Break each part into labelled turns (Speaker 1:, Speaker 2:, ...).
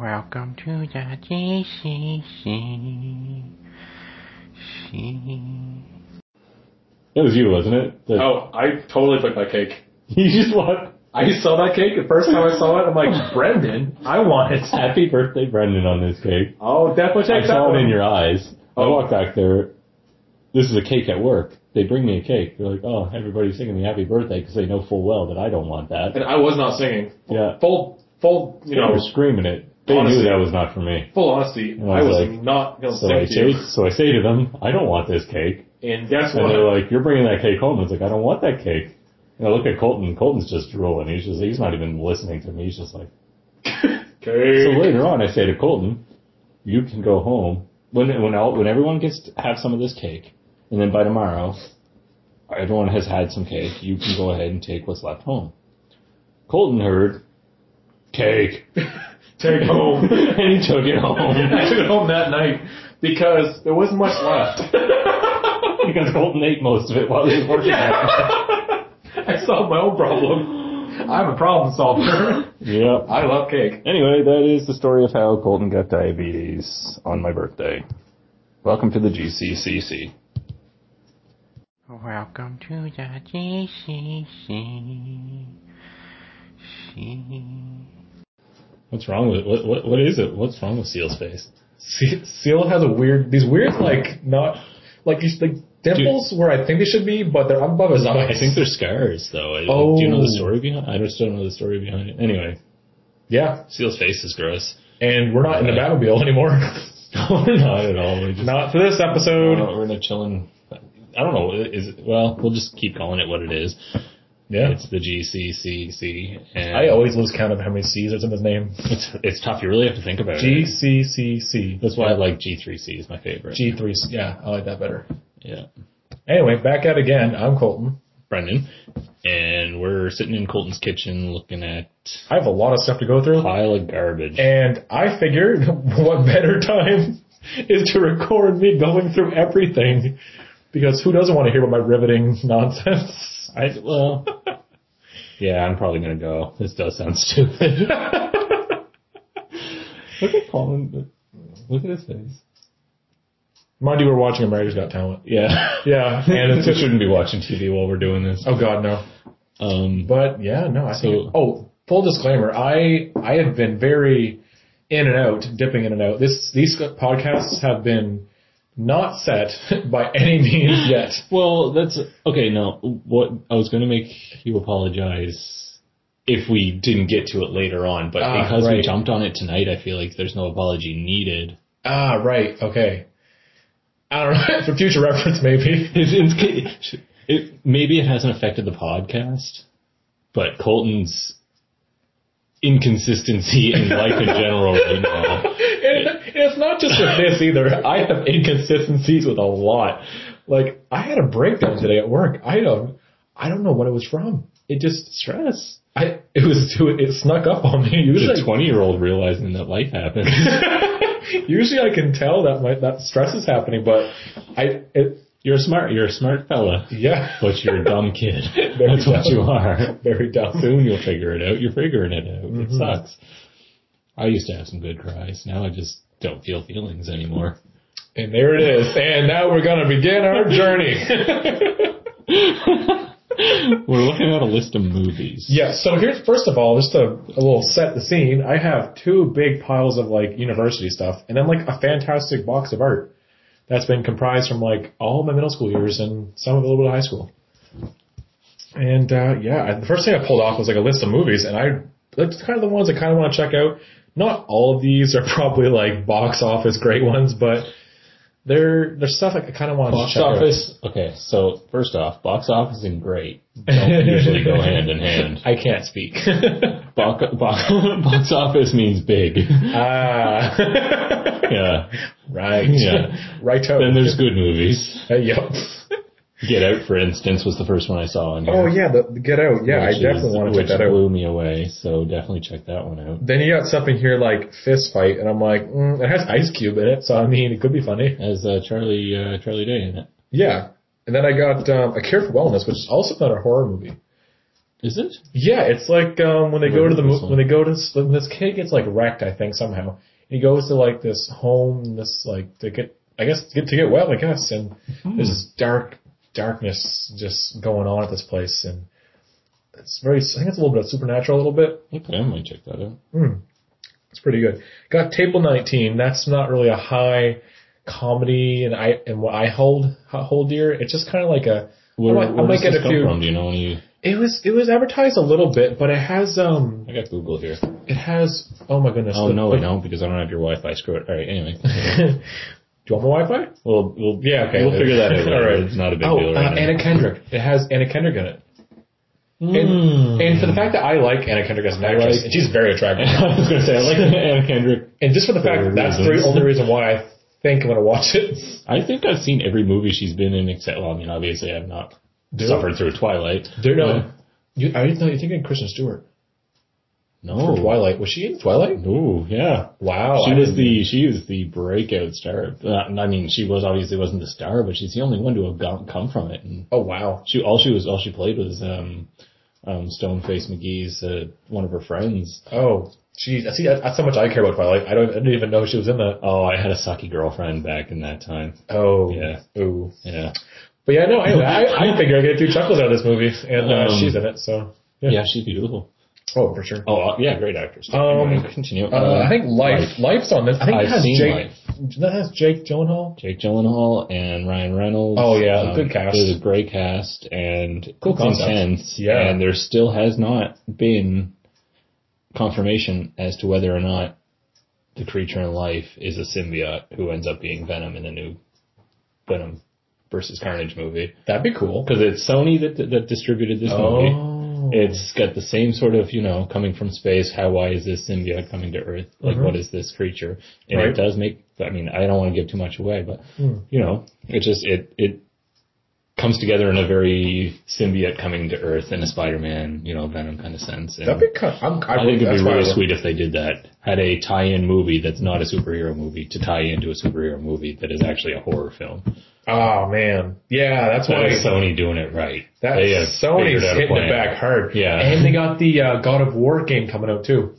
Speaker 1: Welcome to the GCC. She.
Speaker 2: That was you, wasn't it? The-
Speaker 3: Oh, I totally took my cake.
Speaker 2: You just want
Speaker 3: I saw that cake the first time I saw it. I'm like, Brendan, I want it.
Speaker 2: happy birthday, Brendan, on this cake.
Speaker 3: Oh, definitely take
Speaker 2: I
Speaker 3: that
Speaker 2: saw
Speaker 3: one.
Speaker 2: it in your eyes. I
Speaker 3: Oh.
Speaker 2: walked back there. This is a cake at work. They bring me a cake. They're like, oh, everybody's singing me happy birthday because they know full well that I don't want that.
Speaker 3: and I was not singing.
Speaker 2: Yeah.
Speaker 3: Full, full, you
Speaker 2: They
Speaker 3: know,
Speaker 2: were screaming it. They
Speaker 3: Honestly.
Speaker 2: knew that was not for me.
Speaker 3: full honesty.
Speaker 2: And I
Speaker 3: I
Speaker 2: was
Speaker 3: was
Speaker 2: like-
Speaker 3: not going to
Speaker 2: So I,
Speaker 3: sing to
Speaker 2: say,
Speaker 3: you.
Speaker 2: so I say to them, I don't want this cake.
Speaker 3: And guess
Speaker 2: And they're
Speaker 3: what?
Speaker 2: like, you're bringing that cake home. I was like, I don't want that cake. And I look at Colton. Colton's just drooling. He's just, he's not even listening to me. He's just like, So
Speaker 3: Cake.
Speaker 2: later on, I say to Colton, "You can go home when when all, when everyone gets to have some of this cake, and then by tomorrow, everyone has had some cake. You can go ahead and take what's left home." Colton heard cake,
Speaker 3: Take home.
Speaker 2: and he took it
Speaker 3: I
Speaker 2: home
Speaker 3: took it home that night because there wasn't much left.
Speaker 2: because Colton ate most of it while he was working.
Speaker 3: I solved my own problem. I'm a problem solver.
Speaker 2: Yep.
Speaker 3: I love cake.
Speaker 2: Anyway, that is the story of how Colton got diabetes on my birthday. Welcome to the GCCC.
Speaker 1: Welcome to the GCC. She.
Speaker 2: What's wrong with what? What, what is it? What's wrong with Seal's face?
Speaker 3: Se- Seal has a weird, these weird, like, not, like, these, like, dimples where I think they should be, but they're above his eyes.
Speaker 2: I think they're scars, though. I,
Speaker 3: Oh.
Speaker 2: Do you know the story behind? I just don't know the story behind it. Anyway,
Speaker 3: yeah.
Speaker 2: Seal's face is gross.
Speaker 3: And we're not in the Batmobile anymore.
Speaker 2: no, we're not at all. We just
Speaker 3: not for this episode.
Speaker 2: No, we're in a chilling. I don't know. Is it, well, we'll just keep calling it what it is.
Speaker 3: yeah.
Speaker 2: It's the GCCC, and
Speaker 3: I always lose count of how many C's is in his name.
Speaker 2: it's, it's tough. You really have to think about
Speaker 3: G
Speaker 2: it.
Speaker 3: C C C.
Speaker 2: That's why I like G3C is my favorite.
Speaker 3: G three. Yeah, I like that better.
Speaker 2: yeah,
Speaker 3: Anyway, back out again. I'm Colton.
Speaker 2: Brendan, and we're sitting in Colton's kitchen looking at
Speaker 3: I have a lot of stuff to go through,
Speaker 2: pile of garbage.
Speaker 3: and I figured, what better time is to record me going through everything, because who doesn't want to hear about my riveting nonsense?
Speaker 2: I well, yeah, I'm probably gonna go. This does sound stupid. look at Colin. Look at his face.
Speaker 3: Mind you, we're watching America's Got Talent.
Speaker 2: Yeah,
Speaker 3: Yeah, and it's
Speaker 2: we shouldn't be watching TV while we're doing this.
Speaker 3: oh god, no.
Speaker 2: Um, but
Speaker 3: But yeah, no. I think,
Speaker 2: So-
Speaker 3: oh, full disclaimer. I I have been very in and out, dipping in and out. This these podcasts have been not set by any means yet.
Speaker 2: well, that's okay. No, what I was gonna make you apologize if we didn't get to it later on, but
Speaker 3: Ah,
Speaker 2: because we
Speaker 3: right.
Speaker 2: jumped on it tonight, I feel like there's no apology needed.
Speaker 3: Ah, right. Okay. I don't know for future reference, maybe.
Speaker 2: It's- it's- it, maybe it hasn't affected the podcast, but Colton's inconsistency in life in general right now.
Speaker 3: And it's not just with this either. I have inconsistencies with a lot. Like I had a breakdown today at work. I don't. I don't know what it was from. It just
Speaker 2: Stress.
Speaker 3: I it was it snuck up on me. Usually
Speaker 2: The 20 year old realizing that life happens.
Speaker 3: Usually I can tell that my that stress is happening, but I it
Speaker 2: You're a smart, you're a smart fella,
Speaker 3: yeah
Speaker 2: but you're a dumb kid.
Speaker 3: Very
Speaker 2: That's what
Speaker 3: dumb.
Speaker 2: you are.
Speaker 3: very dumb. Mm-hmm.
Speaker 2: Soon you'll figure it out. You're figuring it out. It sucks. I used to have some good cries. Now I just don't feel feelings anymore.
Speaker 3: And there it is. And now we're gonna begin our journey.
Speaker 2: We're looking at a list of movies.
Speaker 3: yeah. So here's first of all, just to a little set the scene. I have two big piles of like university stuff, and then like a fantastic box of art that's been comprised from like all my middle school years and some of a little bit of high school. And uh, yeah, I- the first thing I pulled off was like a list of movies, and I that's kind of the ones I kind of want to check out. Not all of these are probably like box office great ones, but they're there's stuff I kind of want
Speaker 2: Box
Speaker 3: to check
Speaker 2: office. Okay, so first off, box office and great don't usually go hand in hand.
Speaker 3: out. I can't speak.
Speaker 2: Box, box, box office means big.
Speaker 3: ah,
Speaker 2: Yeah,
Speaker 3: right.
Speaker 2: Yeah.
Speaker 3: right.
Speaker 2: then there's good movies.
Speaker 3: yep.
Speaker 2: Get Out, for instance, was the first one I saw. On here,
Speaker 3: Oh yeah, the, the Get Out. Yeah, I
Speaker 2: which
Speaker 3: definitely
Speaker 2: is-
Speaker 3: want to check
Speaker 2: which
Speaker 3: that out.
Speaker 2: blew me away. So definitely check that one out.
Speaker 3: Then you got something here like Fist Fight, and I'm like, mm, it has Ice Cube in it, so I mean, it could be funny.
Speaker 2: As uh, Charlie uh, Charlie Day in it.
Speaker 3: Yeah. And then I got um, A Care for Wellness, which is also not a horror movie.
Speaker 2: Is it?
Speaker 3: Yeah, it's like um, when they go to
Speaker 2: Remember
Speaker 3: the mo-
Speaker 2: this one.
Speaker 3: when they go to s- when this kid gets like wrecked, I think somehow he goes to like this home, this like to get I guess to get to get well, I guess, and
Speaker 2: Hmm.
Speaker 3: there's this dark darkness just going on at this place, and it's very I think it's a little bit of supernatural, a little bit.
Speaker 2: Okay, I might check that out.
Speaker 3: It's pretty good. Got table nineteen. That's not really a high comedy, and I and what I hold hold dear. It's just kind of like a
Speaker 2: Where,
Speaker 3: might- I
Speaker 2: where
Speaker 3: might
Speaker 2: does
Speaker 3: get
Speaker 2: this
Speaker 3: a
Speaker 2: come
Speaker 3: few-
Speaker 2: from? Do you know any?
Speaker 3: it was it was advertised a little bit, but it has um
Speaker 2: I got Google here.
Speaker 3: it has oh my goodness
Speaker 2: Oh
Speaker 3: the-
Speaker 2: no,
Speaker 3: the-
Speaker 2: I don't because I don't have your Wi-Fi. Screw it. All right. Anyway,
Speaker 3: Do you want my Wi-Fi?
Speaker 2: we'll, we'll
Speaker 3: Yeah, okay.
Speaker 2: we'll figure that out.
Speaker 3: All right.
Speaker 2: It's not a big
Speaker 3: oh,
Speaker 2: deal
Speaker 3: uh,
Speaker 2: right
Speaker 3: Anna
Speaker 2: now.
Speaker 3: Kendrick. It has Anna Kendrick in it. And, and for the fact that I like Anna Kendrick as an actress,
Speaker 2: Mm. like-
Speaker 3: and she's very attractive.
Speaker 2: I was gonna say I like Anna Kendrick.
Speaker 3: and just for the fact
Speaker 2: For
Speaker 3: that that's the
Speaker 2: reasons.
Speaker 3: only reason why I think I'm gonna watch it.
Speaker 2: I think I've seen every movie she's been in except. Well, I mean, obviously I've not
Speaker 3: Dude.
Speaker 2: suffered through Twilight.
Speaker 3: There, no, Mm. you, I didn't know you're thinking Kristen Stewart.
Speaker 2: No.
Speaker 3: Twilight was she in Twilight?
Speaker 2: No. Yeah.
Speaker 3: Wow,
Speaker 2: Oh. She
Speaker 3: I
Speaker 2: was
Speaker 3: didn't-
Speaker 2: the she was the breakout star. Uh, I mean, she was obviously wasn't the star, but she's the only one to have gone, come from it. And
Speaker 3: Oh wow,
Speaker 2: she all she was all she played was um, um, Stoneface McGee's uh, one of her friends.
Speaker 3: oh geez, I see. that- That's how much I care about Twilight. I don't, I didn't even know she was in that.
Speaker 2: Oh, I had a sucky girlfriend back in that time.
Speaker 3: Oh
Speaker 2: Yeah.
Speaker 3: ooh.
Speaker 2: Yeah,
Speaker 3: But yeah, no, anyway, I, I figure I get a few chuckles out of this movie, and uh,
Speaker 2: Um,
Speaker 3: she's in it, so
Speaker 2: yeah, she's beautiful.
Speaker 3: Oh, for sure.
Speaker 2: Oh, uh, yeah, great actress.
Speaker 3: Um,
Speaker 2: Anyway, continue.
Speaker 3: Uh, I think Life. Life's on this. I think
Speaker 2: I've
Speaker 3: that has
Speaker 2: seen
Speaker 3: Jake. That has Jake Gyllenhaal.
Speaker 2: Jake Gyllenhaal and Ryan Reynolds.
Speaker 3: Oh, yeah, good cast.
Speaker 2: It was a great cast and
Speaker 3: Cool
Speaker 2: it's
Speaker 3: concept.
Speaker 2: intense.
Speaker 3: Yeah.
Speaker 2: and there still has not been confirmation as to whether or not the creature in life is a symbiote who ends up being Venom in the new Venom versus Carnage movie.
Speaker 3: That'd be cool.
Speaker 2: Because it's Sony that that distributed this movie.
Speaker 3: Oh,
Speaker 2: It's got the same sort of, you know, coming from space. How, why is this symbiote coming to Earth? Like, what is this creature? And
Speaker 3: Mm-hmm. Right. Mm.
Speaker 2: it does make, I mean, I don't want to give too much away, but, you know, it just, it, it comes together in a very symbiote coming to Earth in a Spider-Man, you know, Venom kind of sense. And
Speaker 3: that'd be kind. I'm, I,
Speaker 2: I think it'd
Speaker 3: that's
Speaker 2: be
Speaker 3: why I
Speaker 2: really
Speaker 3: would-
Speaker 2: sweet if they did that. Had a tie-in movie that's not a superhero movie to tie into a superhero movie that is actually a horror film.
Speaker 3: Oh man, yeah, that's why.
Speaker 2: That's Sony doing it right.
Speaker 3: That
Speaker 2: They have
Speaker 3: Sony's
Speaker 2: figured out a
Speaker 3: hitting
Speaker 2: plan.
Speaker 3: it back hard.
Speaker 2: Yeah.
Speaker 3: and they got the uh, God of War game coming out too.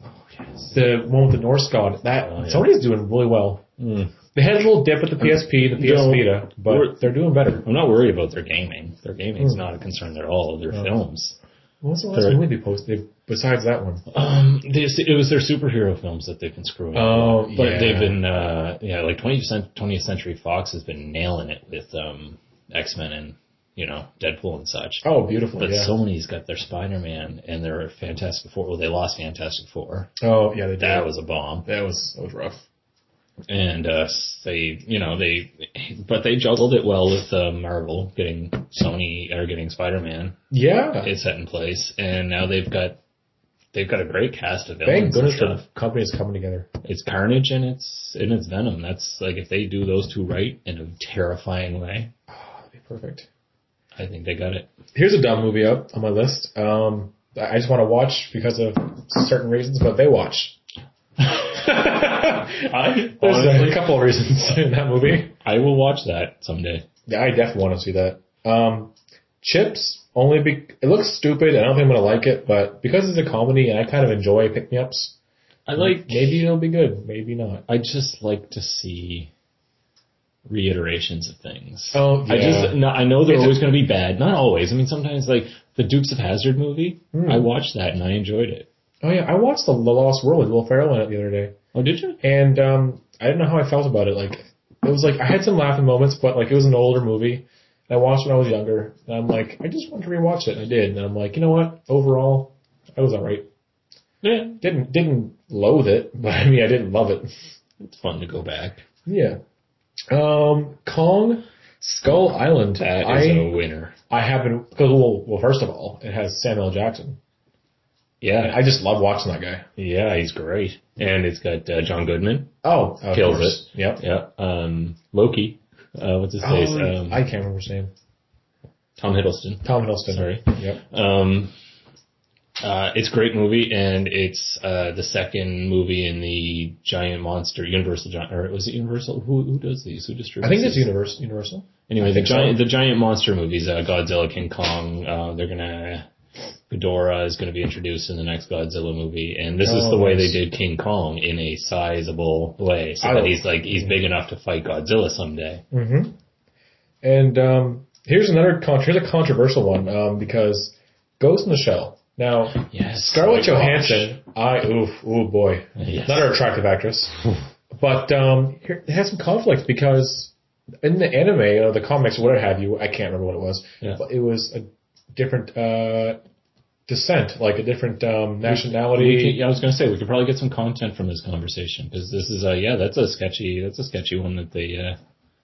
Speaker 3: The one with the Norse god. That
Speaker 2: Oh, yeah.
Speaker 3: Sony's doing really well. They had a little dip at the PSP, the PS
Speaker 2: Don't-
Speaker 3: Vita,
Speaker 2: we're-
Speaker 3: but they're doing better.
Speaker 2: I'm not worried about their gaming. Their
Speaker 3: Hmm.
Speaker 2: gaming's not a concern at all. Their films.
Speaker 3: What was the last
Speaker 2: They're-
Speaker 3: movie they posted besides that one?
Speaker 2: Um, this, it was their superhero films that they've been screwing. up.
Speaker 3: Oh,
Speaker 2: but
Speaker 3: yeah.
Speaker 2: they've been uh, yeah, like 20th cent- 20th Century Fox has been nailing it with um X Men and you know Deadpool and such.
Speaker 3: Oh, beautiful.
Speaker 2: But
Speaker 3: yeah.
Speaker 2: Sony's got their Spider Man and their Fantastic Four. Well, they lost Fantastic Four.
Speaker 3: oh, yeah, they did.
Speaker 2: That was a bomb.
Speaker 3: That was that was rough.
Speaker 2: And uh, they, you know, they, but they juggled it well with uh, Marvel getting Sony or getting Spider Man.
Speaker 3: Yeah.
Speaker 2: is set in place, and now they've got they've got a great cast of
Speaker 3: Thank
Speaker 2: villains. and
Speaker 3: goodness
Speaker 2: stuff.
Speaker 3: the company is coming together.
Speaker 2: It's Carnage and it's and it's Venom. That's like if they do those two right in a terrifying way,
Speaker 3: That'd be perfect.
Speaker 2: I think they got it.
Speaker 3: Here's a dumb movie up on my list. Um, I I just want to watch because of certain reasons, but they watch.
Speaker 2: I
Speaker 3: There's
Speaker 2: honestly,
Speaker 3: a couple of reasons in that movie.
Speaker 2: I will watch that someday.
Speaker 3: Yeah, I definitely want to see that. Um, Chips only be it looks stupid. I don't think I'm gonna like it, but because it's a comedy and I kind of enjoy pick me ups,
Speaker 2: I like.
Speaker 3: maybe it'll be good, maybe not.
Speaker 2: I just like to see reiterations of things.
Speaker 3: Oh,
Speaker 2: I just no, I know they're
Speaker 3: It's a-
Speaker 2: always going to be bad. Not always. I mean, sometimes like the Dukes of Hazard movie. I watched that and I enjoyed it.
Speaker 3: oh yeah, I watched the, the Lost World with Will Ferrell in it the other day.
Speaker 2: Oh, did you?
Speaker 3: and um, I didn't know how I felt about it. Like it was like I had some laughing moments, but like it was an older movie. And I watched it when I was younger, and I'm like, I just wanted to rewatch it, and I did. And I'm like, you know what? Overall, I was alright.
Speaker 2: Yeah,
Speaker 3: Didn't didn't loathe it, but I mean, I didn't love it.
Speaker 2: it's fun to go back.
Speaker 3: Yeah. Um, Kong Skull Island.
Speaker 2: That
Speaker 3: I
Speaker 2: is a winner.
Speaker 3: I have been because well, well, first of all, it has Samuel Jackson.
Speaker 2: Yeah,
Speaker 3: I just love watching that guy.
Speaker 2: yeah, he's great, and it's got uh, John Goodman.
Speaker 3: Oh, of
Speaker 2: Kills
Speaker 3: course. Yep.
Speaker 2: Yeah, um, Loki. Uh, what's his face?
Speaker 3: Oh,
Speaker 2: Um,
Speaker 3: I can't remember his name.
Speaker 2: Tom Hiddleston.
Speaker 3: Tom Hiddleston.
Speaker 2: Sorry.
Speaker 3: Yep.
Speaker 2: Um, uh, it's a great movie, and it's uh, the second movie in the giant monster Universal. Gi- Or was it Universal? Who who does these? Who distributes?
Speaker 3: I think it's
Speaker 2: these?
Speaker 3: universal. Universal.
Speaker 2: Anyway, the
Speaker 3: think so.
Speaker 2: giant the giant monster movies, uh, Godzilla, King Kong. Uh, they're gonna Ghidorah is going to be introduced in the next Godzilla movie, and this is
Speaker 3: Oh,
Speaker 2: the way
Speaker 3: nice.
Speaker 2: they did King Kong in a sizable way, so
Speaker 3: I
Speaker 2: that
Speaker 3: love-
Speaker 2: he's like he's big enough to fight Godzilla someday.
Speaker 3: Mm-hmm. And um, here's another con- here's a controversial one um, because Ghost in the Shell. Now,
Speaker 2: Yes,
Speaker 3: Scarlett
Speaker 2: Oh my gosh.
Speaker 3: Johansson, I oof, ooh boy,
Speaker 2: Yes.
Speaker 3: not an attractive actress, but um, here- it has some conflict because in the anime or the comics or whatever have you, I can't remember what it was,
Speaker 2: Yeah.
Speaker 3: but it was a different uh, descent, like a different um,
Speaker 2: We could-
Speaker 3: nationality.
Speaker 2: yeah, I was going to say we could probably get some content from this conversation because this is uh, yeah that's a sketchy that's a sketchy one that they uh,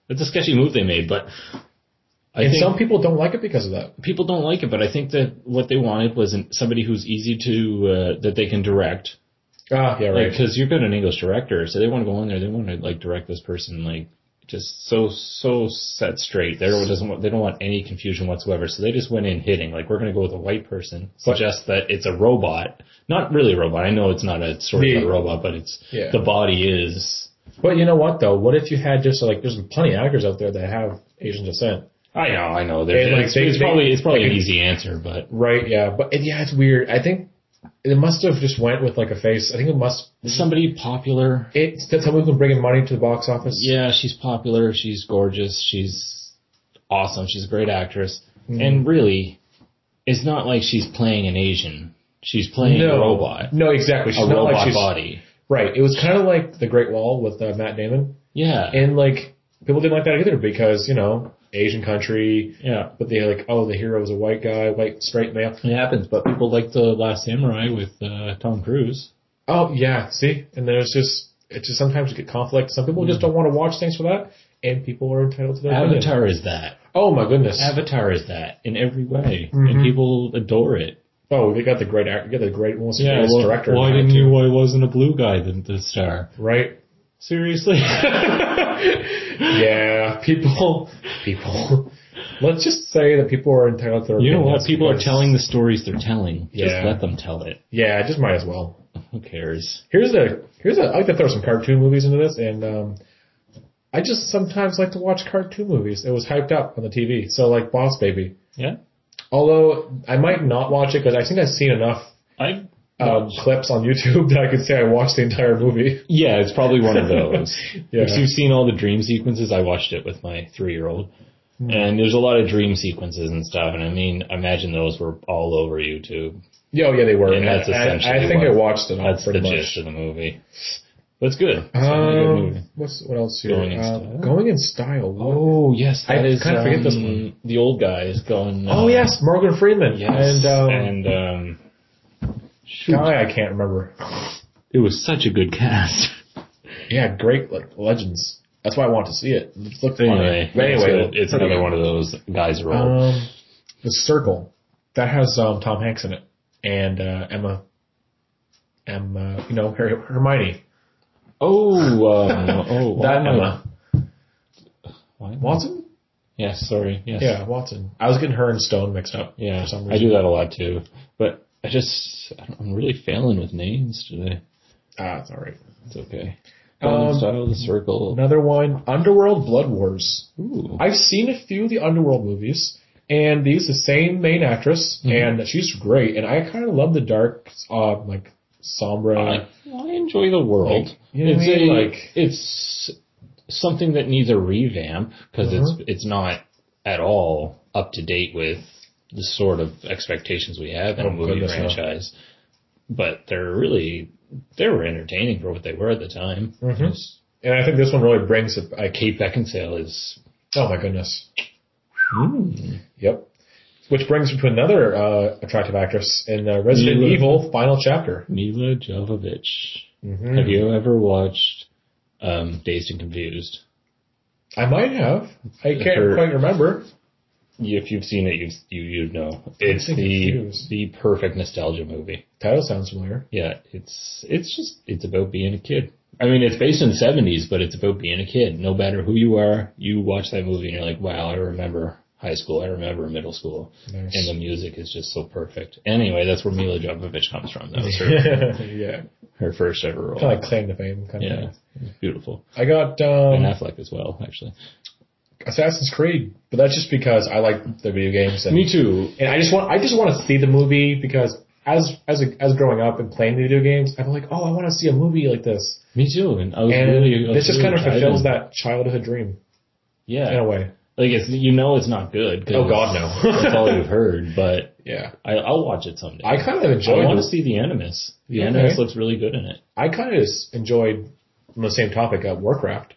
Speaker 2: that's a sketchy move they made, but I
Speaker 3: and
Speaker 2: think
Speaker 3: some people don't like it because of that.
Speaker 2: people don't like it, but I think that what they wanted was an, somebody who's easy to uh, that they can direct
Speaker 3: Ah, yeah, right.
Speaker 2: because you've got an English director, so they want to go in there. They want to like direct this person like just so so set straight. They don't doesn't want, they don't want any confusion whatsoever. So they just went in hitting like we're going to go with a white person. Suggest that it's a robot, not really a robot. I know it's not a story about
Speaker 3: The-
Speaker 2: a robot, but it's
Speaker 3: Yeah.
Speaker 2: the body is.
Speaker 3: But you know what though? What if you had just like there's plenty of actors out there that have Asian descent,
Speaker 2: I know, I know. They're,
Speaker 3: They, like,
Speaker 2: it's,
Speaker 3: they-
Speaker 2: it's
Speaker 3: they- Mm-hmm.
Speaker 2: probably it's probably
Speaker 3: like-
Speaker 2: an easy answer, but
Speaker 3: right? Yeah, but and, yeah, it's weird. I think it must have just went with like a face. I think it must.
Speaker 2: somebody popular
Speaker 3: It's that's how we can bring in money to the box office.
Speaker 2: Yeah, she's popular. She's gorgeous. She's awesome. She's a great actress. And really, it's not like she's playing an Asian. She's playing
Speaker 3: no
Speaker 2: a robot.
Speaker 3: No, exactly. She's
Speaker 2: a
Speaker 3: not
Speaker 2: robot
Speaker 3: like she's
Speaker 2: body.
Speaker 3: right. It was kind of like the Great Wall with uh, Matt Damon,
Speaker 2: Yeah.
Speaker 3: and like people didn't like that either because you know Asian country,
Speaker 2: yeah.
Speaker 3: but they like oh the hero is a white guy, white straight male.
Speaker 2: It happens, but people like The Last Samurai with uh, Tom Cruise.
Speaker 3: Oh yeah, see, and then it's just it's just sometimes you get conflict. Some people just don't want to watch things for that, and people are entitled to their opinion.
Speaker 2: Hmm. Avatar is that.
Speaker 3: Oh my goodness!
Speaker 2: Avatar is that in every way,
Speaker 3: Mhm.
Speaker 2: and people adore it.
Speaker 3: oh, they got the great act, they got the great almost the greatest
Speaker 2: well,
Speaker 3: director.
Speaker 2: Why
Speaker 3: in that,
Speaker 2: didn't you?
Speaker 3: too.
Speaker 2: Why wasn't a blue guy the, the star?
Speaker 3: Right?
Speaker 2: Seriously.
Speaker 3: Yeah, people, people. Let's just say that people are entitled to their.
Speaker 2: You know what?
Speaker 3: opinions
Speaker 2: People are
Speaker 3: because-
Speaker 2: telling the stories they're telling.
Speaker 3: Yeah.
Speaker 2: Just let them tell it.
Speaker 3: Yeah, just might as well.
Speaker 2: Who cares?
Speaker 3: Here's a here's a. I like to throw some cartoon movies into this, and um, I just sometimes like to watch cartoon movies. It was hyped up on the TV, so like Boss Baby.
Speaker 2: Yeah.
Speaker 3: Although I might not watch it because I think I've seen enough
Speaker 2: I.
Speaker 3: um, clips on YouTube that I could say I watched the entire movie.
Speaker 2: Yeah, it's probably one of those.
Speaker 3: Yeah.
Speaker 2: If you've seen all the dream sequences, I watched it with my three-year-old, and there's a lot of dream sequences and stuff. And I mean, imagine those were all over YouTube.
Speaker 3: Yeah, oh, yeah, they were.
Speaker 2: And that's
Speaker 3: I- I-
Speaker 2: essentially
Speaker 3: I, think
Speaker 2: what-
Speaker 3: I watched it all
Speaker 2: That's the
Speaker 3: pretty much.
Speaker 2: gist of the movie. That's good. It's definitely a good movie.
Speaker 3: Um, what's what else here?
Speaker 2: Going in
Speaker 3: Uh,
Speaker 2: Style.
Speaker 3: going in style. what-
Speaker 2: Oh yes,
Speaker 3: I
Speaker 2: that is.
Speaker 3: kinda forget this
Speaker 2: um,
Speaker 3: one.
Speaker 2: The old guy is going.
Speaker 3: Oh
Speaker 2: uh,
Speaker 3: yes, Morgan Freeman.
Speaker 2: Yes.
Speaker 3: And, um,
Speaker 2: and um, shoot,
Speaker 3: guy I can't remember.
Speaker 2: it was such a good cast.
Speaker 3: Yeah, great like legends. That's why I want to see it. It looked
Speaker 2: Anyway,
Speaker 3: funny. But anyway,
Speaker 2: it's, it's
Speaker 3: pretty
Speaker 2: another
Speaker 3: good.
Speaker 2: one of those guys roll.
Speaker 3: Um, the Circle that has um, Tom Hanks in it and uh, Emma, Emma, you know Her- Hermione.
Speaker 2: oh, um, oh, why
Speaker 3: That
Speaker 2: am I-
Speaker 3: Emma
Speaker 2: why am I-
Speaker 3: Watson.
Speaker 2: Yes, sorry. Yes.
Speaker 3: Yeah, Watson. I was getting her and Stone mixed up.
Speaker 2: Yeah,
Speaker 3: for some
Speaker 2: I
Speaker 3: reason.
Speaker 2: do that a lot too. But I just I don't- I'm really failing with names today.
Speaker 3: Ah, it's all right.
Speaker 2: It's okay.
Speaker 3: Um,
Speaker 2: Um, style the circle.
Speaker 3: Another one, Underworld Blood Wars.
Speaker 2: Ooh.
Speaker 3: I've seen a few of the Underworld movies, and they use the same main actress,
Speaker 2: Mm-hmm.
Speaker 3: and she's great. And I kind of love the dark, uh, like sombre.
Speaker 2: I, I enjoy the world.
Speaker 3: Like, you know what
Speaker 2: it's
Speaker 3: I mean?
Speaker 2: a-
Speaker 3: Like-
Speaker 2: it's something that needs a revamp because
Speaker 3: Uh-huh.
Speaker 2: it's it's not at all up to date with the sort of expectations we have in
Speaker 3: Oh,
Speaker 2: a movie
Speaker 3: goodness, no.
Speaker 2: franchise. But they're really they were entertaining for what they were at the time.
Speaker 3: Mhm. And I think this one really brings it. I
Speaker 2: Kate Beckinsale is
Speaker 3: Oh my goodness.
Speaker 2: mm,
Speaker 3: Yep. Which brings me to another uh, attractive actress in uh, Resident
Speaker 2: Mila.
Speaker 3: Evil Final Chapter.
Speaker 2: Mila Jovovich.
Speaker 3: Mhm.
Speaker 2: Have you ever watched um, Dazed and Confused?
Speaker 3: I might have. I can't
Speaker 2: Her-
Speaker 3: quite remember.
Speaker 2: If you've seen it, you've, you you know it's
Speaker 3: Dazed and
Speaker 2: the
Speaker 3: Confused.
Speaker 2: the perfect nostalgia movie.
Speaker 3: Title sounds familiar.
Speaker 2: Yeah, it's it's just it's about being a kid. I mean, it's based in the seventies, but it's about being a kid. No matter who you are, you watch that movie and you're like, wow, I remember high school, I remember middle school,
Speaker 3: Nice.
Speaker 2: and the music is just so perfect. Anyway, that's where Mila Jovovich comes from. That was her
Speaker 3: yeah.
Speaker 2: her first ever role.
Speaker 3: Kind of like claim to fame kind of
Speaker 2: yeah,
Speaker 3: thing.
Speaker 2: beautiful.
Speaker 3: I got
Speaker 2: Ben
Speaker 3: um,
Speaker 2: Affleck as well, actually.
Speaker 3: Assassin's Creed, but that's just because I like the video games. And,
Speaker 2: Me too.
Speaker 3: and I just want I just want to see the movie because as as a, as growing up and playing video games, I'm like, oh, I want to see a movie like this,
Speaker 2: Me too. And I was
Speaker 3: and
Speaker 2: really. I was
Speaker 3: this just
Speaker 2: really
Speaker 3: kind of
Speaker 2: excited.
Speaker 3: fulfills that childhood dream in
Speaker 2: Yeah.
Speaker 3: a way.
Speaker 2: Like it's you know it's not good. 'cause
Speaker 3: Oh, God, no.
Speaker 2: that's all you've heard. But
Speaker 3: Yeah,
Speaker 2: I, I'll watch it someday.
Speaker 3: I kind of
Speaker 2: I
Speaker 3: enjoyed.
Speaker 2: want
Speaker 3: the-
Speaker 2: to see the Animus. The
Speaker 3: Okay.
Speaker 2: Animus looks really good in it.
Speaker 3: I kind of just enjoyed on the same topic uh, Warcraft.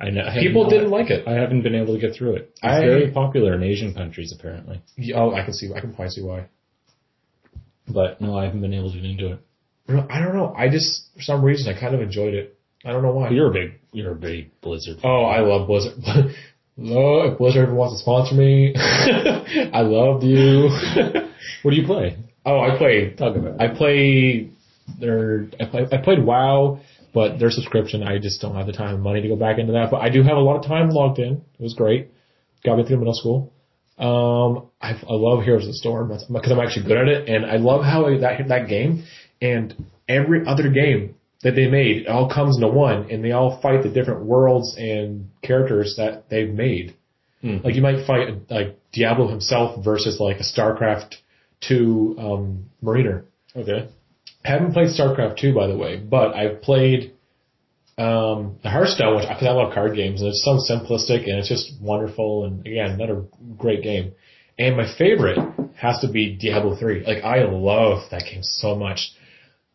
Speaker 2: I know I
Speaker 3: People
Speaker 2: haven't-
Speaker 3: didn't like it.
Speaker 2: I haven't been able to get through it. It's
Speaker 3: I-
Speaker 2: very popular in Asian countries apparently,
Speaker 3: Yeah, Oh, I can see. I can probably see why.
Speaker 2: but no, I haven't been able to get into it.
Speaker 3: I don't know- I don't know. I just for some reason I kind of enjoyed it. I don't know why.
Speaker 2: You're a big, you're a big Blizzard. fan.
Speaker 3: Oh, I love Blizzard. Hello, if Blizzard ever wants to sponsor me, I love you.
Speaker 2: What do you play?
Speaker 3: oh, I play.
Speaker 2: Talk about
Speaker 3: I play their. I play. I played WoW, but their subscription. I just don't have the time and money to go back into that. But I do have a lot of time logged in. It was great. Got me through middle school. Um, I, I love Heroes of the Storm because I'm actually good at it, and I love how that that game and every other game that they made it all comes into one, and they all fight the different worlds and characters that they've made.
Speaker 2: Hmm.
Speaker 3: Like you might fight like Diablo himself versus like a StarCraft two um, Mariner.
Speaker 2: Okay.
Speaker 3: I haven't played StarCraft 2, by the way, but I've played um, Hearthstone, which because I love card games, and it's so simplistic and it's just wonderful. And again, another great game. And my favorite has to be Diablo 3. Like I love that game so much.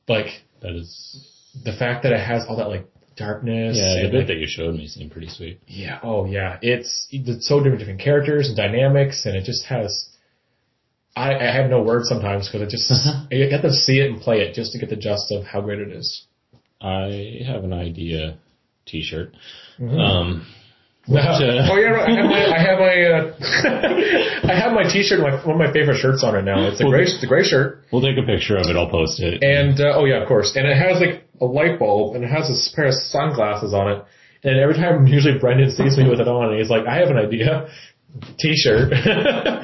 Speaker 3: Like
Speaker 2: That is.
Speaker 3: the fact that it has all that like darkness.
Speaker 2: Yeah, the
Speaker 3: and,
Speaker 2: bit
Speaker 3: like,
Speaker 2: that you showed me seemed pretty sweet.
Speaker 3: yeah. Oh yeah. It's it's so different, different characters and dynamics, and it just has. I, I have no words sometimes because it just I got to see it and play it just to get the gist of how great it is.
Speaker 2: I have an idea. T-shirt.
Speaker 3: Mm-hmm.
Speaker 2: Um, uh,
Speaker 3: oh yeah, no, I have my I have my, uh, I have my T-shirt, my, one of my favorite shirts on it now. It's a
Speaker 2: Well,
Speaker 3: gray, it's a gray shirt,
Speaker 2: we'll take a picture of it. I'll post it.
Speaker 3: and uh, oh yeah, of course, and it has like a light bulb, and it has this pair of sunglasses on it. And every time, usually Brendan sees me with it on, and he's like, "I have an idea." T-shirt.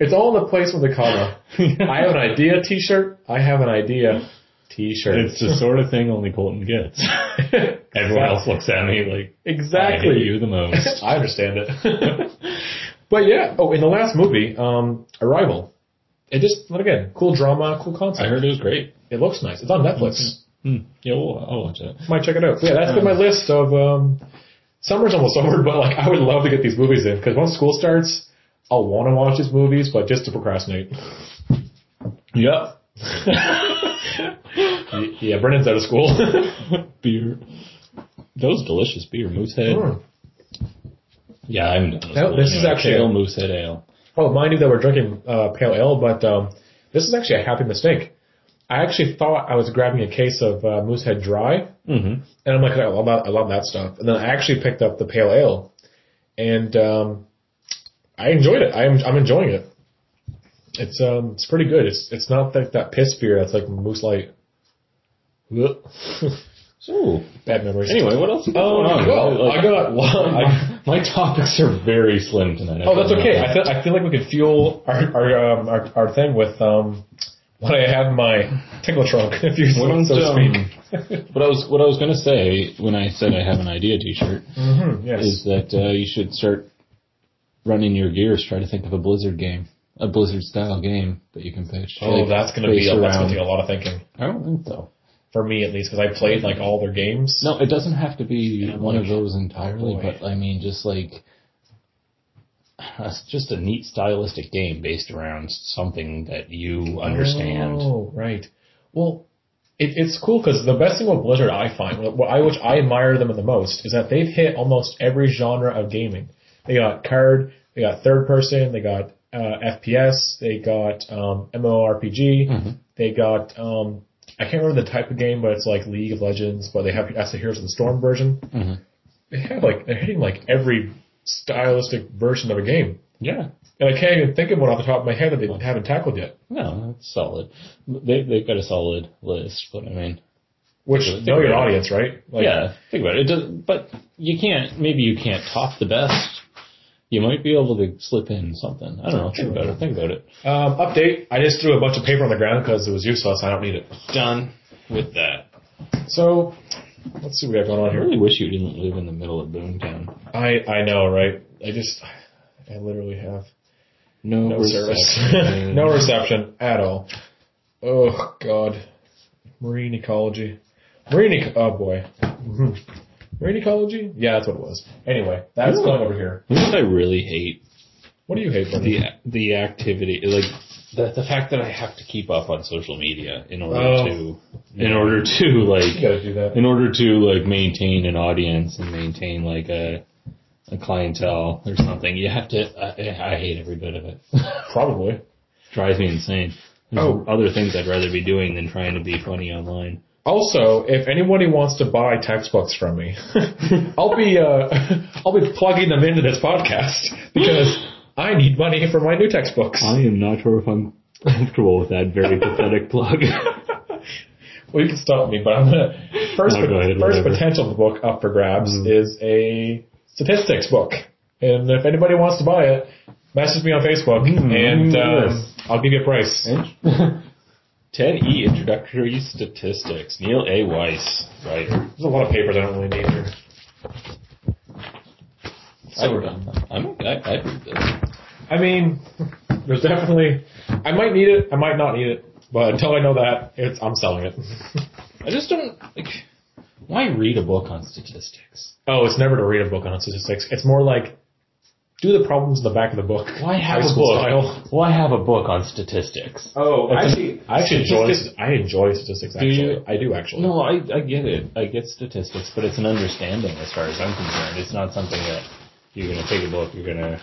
Speaker 3: it's all in the place with the comma. I have an idea. T-shirt. I have an idea. T-shirt.
Speaker 2: it's the sort of thing only Colton gets. Everyone else looks at me like
Speaker 3: exactly.
Speaker 2: I hate you the most.
Speaker 3: I understand it. but yeah. Oh, in the last movie, um, Arrival. It just but again, cool drama, cool
Speaker 2: I
Speaker 3: concept.
Speaker 2: heard it was great.
Speaker 3: It looks nice. It's on Netflix.
Speaker 2: Hmm. Yeah, we'll, I'll watch it.
Speaker 3: Might check it out. Yeah, that's been my list of. Um, summer's almost over, but like I would love to get these movies in because once school starts, I'll want to watch these movies, but just to procrastinate.
Speaker 2: Yep.
Speaker 3: Y- yeah, Brennan's out of school.
Speaker 2: beer. That was delicious beer, Moosehead.
Speaker 3: Mm.
Speaker 2: Yeah, I'm. That,
Speaker 3: That- this is actually-
Speaker 2: ale, Moosehead ale.
Speaker 3: Oh, mind you that we're drinking uh, pale ale, but um, this is actually a happy mistake. I actually thought I was grabbing a case of uh, Moosehead Dry,
Speaker 2: Mm-hmm.
Speaker 3: and I'm like, I love that, I love that stuff. And then I actually picked up the pale ale, and um, I enjoyed it. I'm I'm enjoying it. It's um it's pretty good. It's it's not like that piss beer that's like Moose Light. Ugh.
Speaker 2: So
Speaker 3: Bad memories.
Speaker 2: anyway, what else? is going on?
Speaker 3: well,
Speaker 2: Like,
Speaker 3: Oh, I got one.
Speaker 2: I- my topics are very slim tonight.
Speaker 3: Oh, that's okay. I feel, I feel like we could fuel our our um, our, our thing with um what I have in my tickle trunk, if you
Speaker 2: What
Speaker 3: so
Speaker 2: is,
Speaker 3: to
Speaker 2: um,
Speaker 3: speak.
Speaker 2: what I was what I was gonna say when I said I have an idea T-shirt
Speaker 3: hmm
Speaker 2: is
Speaker 3: yes.
Speaker 2: that uh, you should start running your gears. Try to think of a Blizzard game, a Blizzard style game that you can pitch.
Speaker 3: Oh,
Speaker 2: like,
Speaker 3: that's gonna be
Speaker 2: based
Speaker 3: a, that's
Speaker 2: around-
Speaker 3: gonna take a lot of thinking
Speaker 2: I don't think so.
Speaker 3: for me at least because I played like all their games.
Speaker 2: No, it doesn't have to be one of those entirely,
Speaker 3: boy.
Speaker 2: but I mean, just like it's just a neat stylistic game based around something that you understand.
Speaker 3: Oh, right. Well, it, it's cool because the best thing about Blizzard, I find, what I which I admire them the most, is that they've hit almost every genre of gaming. They got card, they got third person, they got uh, FPS, they got um, MMORPG, they got um, I can't remember the type of game, but it's like League of Legends, but they have that's the Heroes of the Storm version.
Speaker 2: Mhm.
Speaker 3: They have like they're hitting like every stylistic version of a game,
Speaker 2: Yeah,
Speaker 3: and I can't even think of one off the top of my head that they haven't tackled yet.
Speaker 2: no, that's solid. They they've got a solid list, but I mean,
Speaker 3: Which
Speaker 2: Think
Speaker 3: know your
Speaker 2: about it.
Speaker 3: audience, right? Like,
Speaker 2: yeah, think about it. it does, but you can't. Maybe you can't top the best. You might be able to slip in something. I don't know. Think about it. Think about it.
Speaker 3: Um, update. I just threw a bunch of paper on the ground because it was useless. I don't need it.
Speaker 2: Done with that.
Speaker 3: So, Let's see what we got going on
Speaker 2: I
Speaker 3: here.
Speaker 2: really wish you didn't live in the middle of Boomtown.
Speaker 3: I I know, right? I just I literally have
Speaker 2: No,
Speaker 3: no service,
Speaker 2: reception.
Speaker 3: no reception at all. Oh God, marine ecology, marine. Ec- oh boy, Mhm. marine ecology. Yeah, that's what it was. Anyway, that's
Speaker 2: Ooh.
Speaker 3: going over here.
Speaker 2: You know what I really hate?
Speaker 3: What do you hate? Brendan?
Speaker 2: The the activity, like the the fact that I have to keep up on social media in order
Speaker 3: Oh.
Speaker 2: to in order to like
Speaker 3: You gotta do that.
Speaker 2: in order to like maintain an audience and maintain like a a clientele or something. You have to. I, I hate every bit of it.
Speaker 3: Probably.
Speaker 2: Drives me insane. There's
Speaker 3: Oh.
Speaker 2: other things I'd rather be doing than trying to be funny online.
Speaker 3: Also, if anybody wants to buy textbooks from me, I'll be uh, I'll be plugging them into this podcast because I need money for my new textbooks.
Speaker 2: I am not sure if I'm comfortable with that very pathetic plug.
Speaker 3: Well, you can stop me, but I'm gonna first
Speaker 2: No, go ahead,
Speaker 3: first
Speaker 2: whatever. Mm-hmm.
Speaker 3: potential book up for grabs is a statistics book, and if anybody wants to buy it, message me on Facebook
Speaker 2: Mm-hmm.
Speaker 3: and um,
Speaker 2: yes.
Speaker 3: I'll give you a price.
Speaker 2: Ted E. Introductory Statistics. Neil A. Weiss, writer.
Speaker 3: There's a lot of papers I don't really need here. So we're done.
Speaker 2: I'm, I, I read this.
Speaker 3: I mean, there's definitely. I might need it. I might not need it. But until I know that, it's I'm selling it.
Speaker 2: I just don't like. Why read a book on statistics?
Speaker 3: oh, it's never to read a book on statistics. It's more like do the problems in the back of the book.
Speaker 2: Why have a
Speaker 3: High school
Speaker 2: book?
Speaker 3: style.
Speaker 2: Why have a book on statistics?
Speaker 3: Oh,
Speaker 2: I
Speaker 3: actually, I actually enjoy
Speaker 2: statistics-
Speaker 3: I enjoy statistics. Actually,
Speaker 2: you?
Speaker 3: I do actually.
Speaker 2: No, I, I get it. I get statistics, but it's an understanding as far as I'm concerned. It's not something that you're going to take a book, you're going to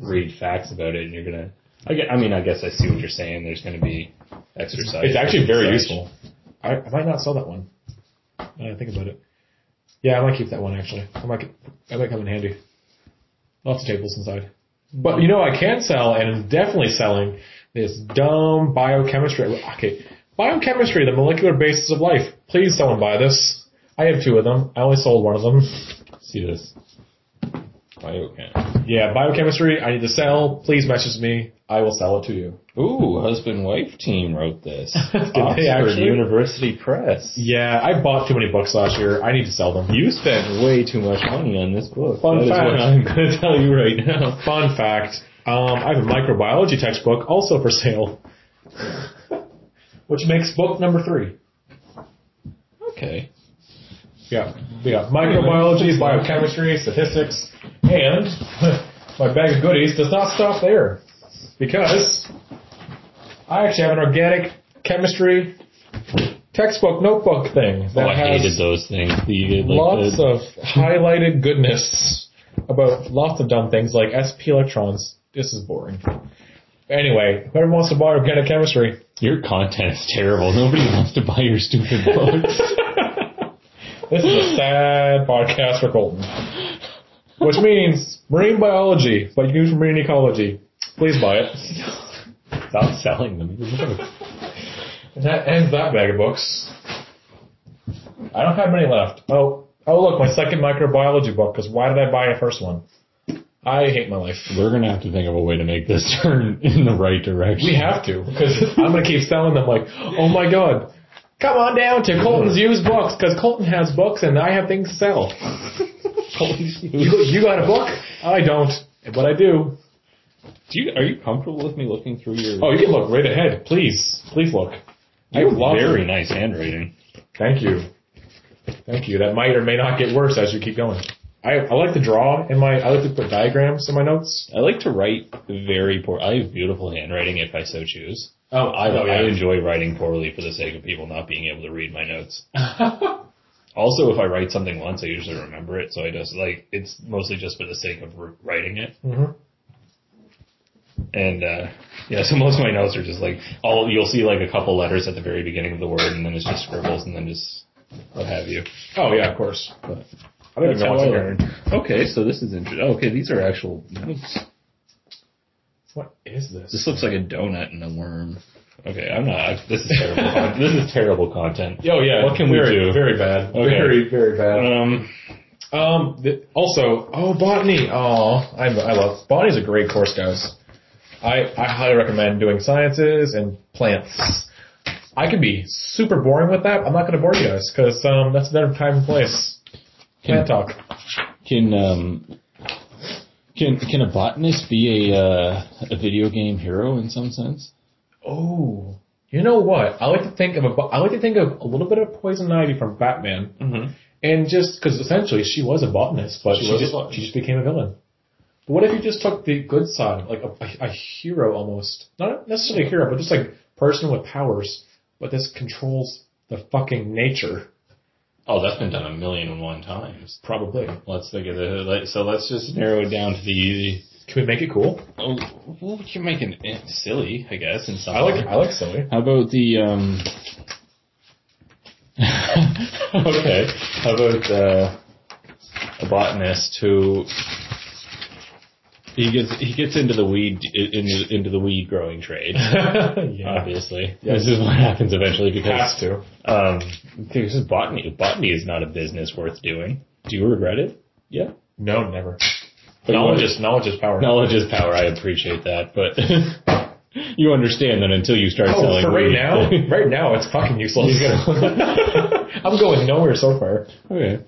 Speaker 2: read facts about it, and you're going to. I, get, I mean, I guess I see what you're saying. There's going to be exercise.
Speaker 3: It's actually very
Speaker 2: Such.
Speaker 3: useful. I, I might not sell that one. Now that I think about it. Yeah, I might keep that one actually. I might I might come in handy. Lots of tables inside. But you know, I can sell, and I'm definitely selling this dumb biochemistry. Okay, biochemistry, the molecular basis of life. Please, someone buy this. I have two of them. I only sold one of them.
Speaker 2: See this? Biochem.
Speaker 3: Yeah, biochemistry. I need to sell. Please message me. I will sell it to you.
Speaker 2: Ooh, husband wife team wrote this.
Speaker 3: Did they
Speaker 2: Oxford
Speaker 3: actually?
Speaker 2: University Press.
Speaker 3: Yeah, I bought too many books last year. I need to sell them.
Speaker 2: You spent way too much money on this book.
Speaker 3: Fun
Speaker 2: That is
Speaker 3: fact.
Speaker 2: what I'm going to tell you right now.
Speaker 3: Fun fact: um, I have a microbiology textbook also for sale, which makes book number three.
Speaker 2: Okay.
Speaker 3: Yeah, we got microbiology, biochemistry, statistics, and my bag of goodies does not stop there because I actually have an organic chemistry textbook notebook thing
Speaker 2: Oh,
Speaker 3: that
Speaker 2: I
Speaker 3: has
Speaker 2: hated those things. The, like,
Speaker 3: lots
Speaker 2: the,
Speaker 3: of highlighted goodness about lots of dumb things like sp electrons. This is boring. Anyway, whoever wants to buy organic chemistry,
Speaker 2: Your content's terrible. Nobody wants to buy your stupid books.
Speaker 3: this is a sad podcast for Colton. Which means marine biology, but you can use marine ecology. Please buy it.
Speaker 2: Stop selling them.
Speaker 3: And that ends that bag of books. I don't have many left. Oh, oh look, my second microbiology book. Because why did I buy a first one? I hate my life.
Speaker 2: We're gonna have to think of a way to make this turn in the right direction.
Speaker 3: We have to because I'm gonna keep selling them. Like, oh my god, come on down to Colton's used books because Colton has books and I have things to sell. You, you got a book? I don't, but I do.
Speaker 2: Do you, are you comfortable with me looking through your?
Speaker 3: Oh, you can look right ahead, please, please look.
Speaker 2: you have
Speaker 3: love
Speaker 2: very nice handwriting.
Speaker 3: Thank you, thank you. That might or may not get worse as you keep going. I, I like to draw in my. I like to put diagrams in my notes.
Speaker 2: I like to write very poor. I have beautiful handwriting if I so choose.
Speaker 3: Oh,
Speaker 2: I, I enjoy writing poorly for the sake of people not being able to read my notes. also, if I write something once, I usually remember it, so I just like it's mostly just for the sake of r writing it.
Speaker 3: Mhm.
Speaker 2: And uh, yeah, so most of my notes are just like all you'll see like a couple letters at the very beginning of the word, and then it's just scribbles, and then just what have you.
Speaker 3: Oh yeah, of course.
Speaker 2: But
Speaker 3: I think it's
Speaker 2: That's how I
Speaker 3: awesome.
Speaker 2: learn. Okay, so this is interesting. okay, these are actual notes.
Speaker 3: What is this?
Speaker 2: This looks like a donut and a worm. Okay, I'm not. I- This is terrible. con- this is terrible content.
Speaker 3: Oh yeah.
Speaker 2: What can we
Speaker 3: very,
Speaker 2: do?
Speaker 3: Very bad.
Speaker 2: Okay.
Speaker 3: Very very bad.
Speaker 2: Um,
Speaker 3: Um. Th- also, oh, botany. Oh, I, I love botany's a great course, guys. I I highly recommend doing sciences and plants. I could be super boring with that. I'm not going to bore you guys because um, that's another time and place. Can't talk.
Speaker 2: Can um can can a botanist be a uh, a video game hero in some sense?
Speaker 3: Oh, you know what? I like to think of a, bo- I like to think of a little bit of Poison Ivy from Batman,
Speaker 2: Mhm.
Speaker 3: and just because essentially she was a botanist, but
Speaker 2: She
Speaker 3: Mm-hmm. she,
Speaker 2: was a
Speaker 3: just
Speaker 2: botanist.
Speaker 3: she just became a villain. But what if you just took the good side, like a, a hero almost, not necessarily a hero, but just like person with powers, but this controls the fucking nature,
Speaker 2: Oh, that's been done a million and one times.
Speaker 3: probably.
Speaker 2: Let's think of the like, so let's just narrow it down to the
Speaker 3: Can we make it cool?
Speaker 2: oh well, you're making it silly, I guess, in some
Speaker 3: I like
Speaker 2: way.
Speaker 3: I like silly.
Speaker 2: How about the um? okay. How about uh, a botanist who he gets he gets into the weed into, into the weed growing trade.
Speaker 3: yeah,
Speaker 2: Obviously, this is what happens eventually
Speaker 3: has
Speaker 2: because
Speaker 3: to.
Speaker 2: um, this is botany. Botany is not a business worth doing. Do you regret it? Yeah.
Speaker 3: No, never.
Speaker 2: But
Speaker 3: knowledge
Speaker 2: you-
Speaker 3: is knowledge is power.
Speaker 2: knowledge is power. I appreciate that, but you understand that until you start
Speaker 3: Oh,
Speaker 2: selling
Speaker 3: for right
Speaker 2: weed-
Speaker 3: now, right now it's fucking useless. I'm going nowhere so far.
Speaker 2: Okay.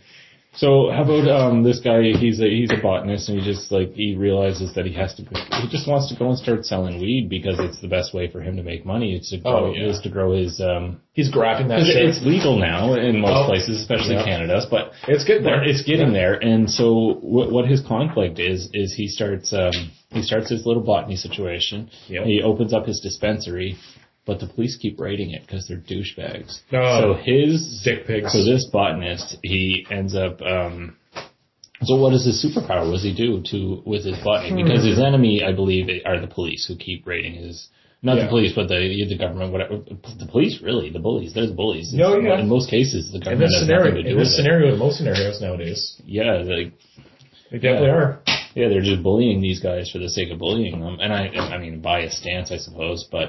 Speaker 2: So how about um this guy? He's a he's a botanist, and he just like he realizes that he has to. Go, he just wants to go and start selling weed because it's the best way for him to make money. It's to grow
Speaker 3: Oh, yeah.
Speaker 2: is to grow his um.
Speaker 3: He's grabbing that
Speaker 2: Because
Speaker 3: shit.
Speaker 2: it's legal now in most
Speaker 3: Oh.
Speaker 2: places, especially
Speaker 3: Yeah.
Speaker 2: Canada, but
Speaker 3: It's getting
Speaker 2: there-
Speaker 3: there.
Speaker 2: it's getting there. And so what, what his conflict is is he starts um he starts his little botany situation.
Speaker 3: Yep.
Speaker 2: He opens up his dispensary, but the police keep raiding it because they're douchebags.
Speaker 3: Oh.
Speaker 2: So his
Speaker 3: Dick pigs.
Speaker 2: so this botanist, he ends up. Um, so what is his superpower? What does he do to with his botany?
Speaker 3: Hmm.
Speaker 2: Because his enemy, I believe, are the police who keep raiding his. Not
Speaker 3: Yeah.
Speaker 2: the police, but the the government. Whatever the police, really, the bullies. There's bullies.
Speaker 3: No, yeah.
Speaker 2: In most cases, the
Speaker 3: in
Speaker 2: government
Speaker 3: this
Speaker 2: has
Speaker 3: scenario,
Speaker 2: nothing to do
Speaker 3: in
Speaker 2: with
Speaker 3: this
Speaker 2: it.
Speaker 3: scenario, in most scenarios nowadays,
Speaker 2: Yeah, like
Speaker 3: they definitely
Speaker 2: Yeah.
Speaker 3: are.
Speaker 2: yeah, they're just bullying these guys for the sake of bullying them. And I, I mean, biased stance, I suppose, but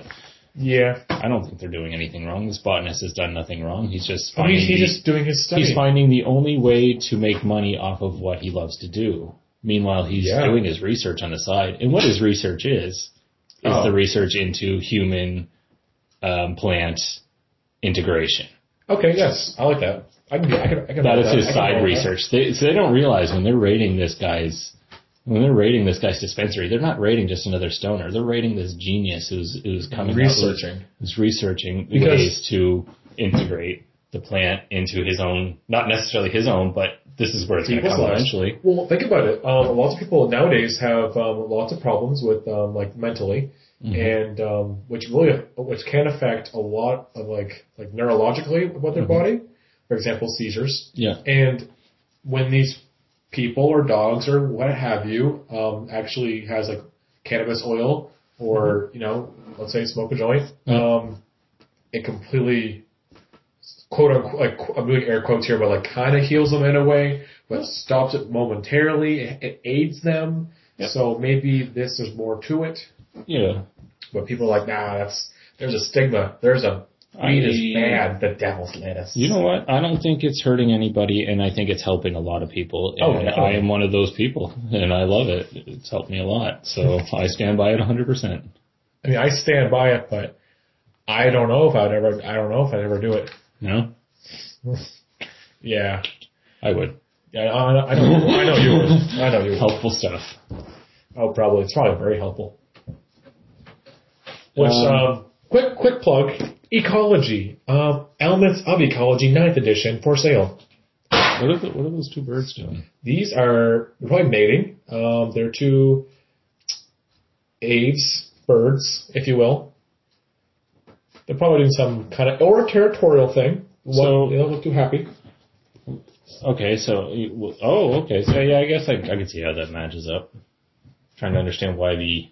Speaker 3: Yeah,
Speaker 2: I don't think they're doing anything wrong. This botanist has done nothing wrong. He's just
Speaker 3: I mean,
Speaker 2: finding
Speaker 3: he's
Speaker 2: the-
Speaker 3: just doing his study.
Speaker 2: He's finding the only way to make money off of what he loves to do. Meanwhile, he's
Speaker 3: Yeah.
Speaker 2: doing his research on the side. And what his research is, is
Speaker 3: Oh.
Speaker 2: the research into human um, plant integration.
Speaker 3: Okay, yes, I like that. I can, I can, I can
Speaker 2: That
Speaker 3: like
Speaker 2: is his
Speaker 3: I can
Speaker 2: side
Speaker 3: roll with
Speaker 2: research. They, so they don't realize when they're raiding this guy's when they're raiding this guy's dispensary, they're not raiding just another stoner. They're raiding this genius who's who's
Speaker 3: that.
Speaker 2: coming up,
Speaker 3: Researching.
Speaker 2: who's researching
Speaker 3: Because-
Speaker 2: ways to integrate the plant into his own, not necessarily his own, but this is where it's going to
Speaker 3: People's
Speaker 2: come
Speaker 3: lives.
Speaker 2: eventually.
Speaker 3: Well, think about it. Um, lots of people nowadays have um, lots of problems with um, like mentally, and um, which really which can affect a lot of like like neurologically about their body. For example, seizures.
Speaker 2: Yeah.
Speaker 3: And when these people or dogs or what have you um, actually has like cannabis oil or
Speaker 2: Mm-hmm.
Speaker 3: you know let's say smoke a joint, um, it completely quote unquote like qu- I'm doing air quotes here, but like kind of heals them in a way, but stops it momentarily. It, it aids them. So maybe this there's more to it,
Speaker 2: Yeah.
Speaker 3: but people are like, nah, that's there's a stigma. There's a weed is
Speaker 2: I-
Speaker 3: bad. The devil's lettuce.
Speaker 2: You know what? I don't think it's hurting anybody, and I think it's helping a lot of people.
Speaker 3: Oh,
Speaker 2: And
Speaker 3: definitely.
Speaker 2: I am one of those people, and I love it. It's helped me a lot, so I stand by it 100%.
Speaker 3: I mean, I stand by it, but I don't know if I'd ever. I don't know if I'd ever do it.
Speaker 2: No,
Speaker 3: Yeah,
Speaker 2: I would.
Speaker 3: yeah. I, I know. I know you. Would. I know you. Would.
Speaker 2: Helpful stuff.
Speaker 3: Oh, probably. It's probably very helpful. Which um,
Speaker 2: Um,
Speaker 3: quick quick plug. Ecology. Um, Elements of Ecology, ninth edition, for sale.
Speaker 2: What are, the, what are those two birds doing?
Speaker 3: These are they're probably mating. Um, they're two aves, birds, if you will. They're probably doing some kind of or a territorial thing.
Speaker 2: So-
Speaker 3: One- they don't look too happy.
Speaker 2: Okay, so you- well, oh, okay, so yeah, I guess I I can see how that matches up. Trying to understand why the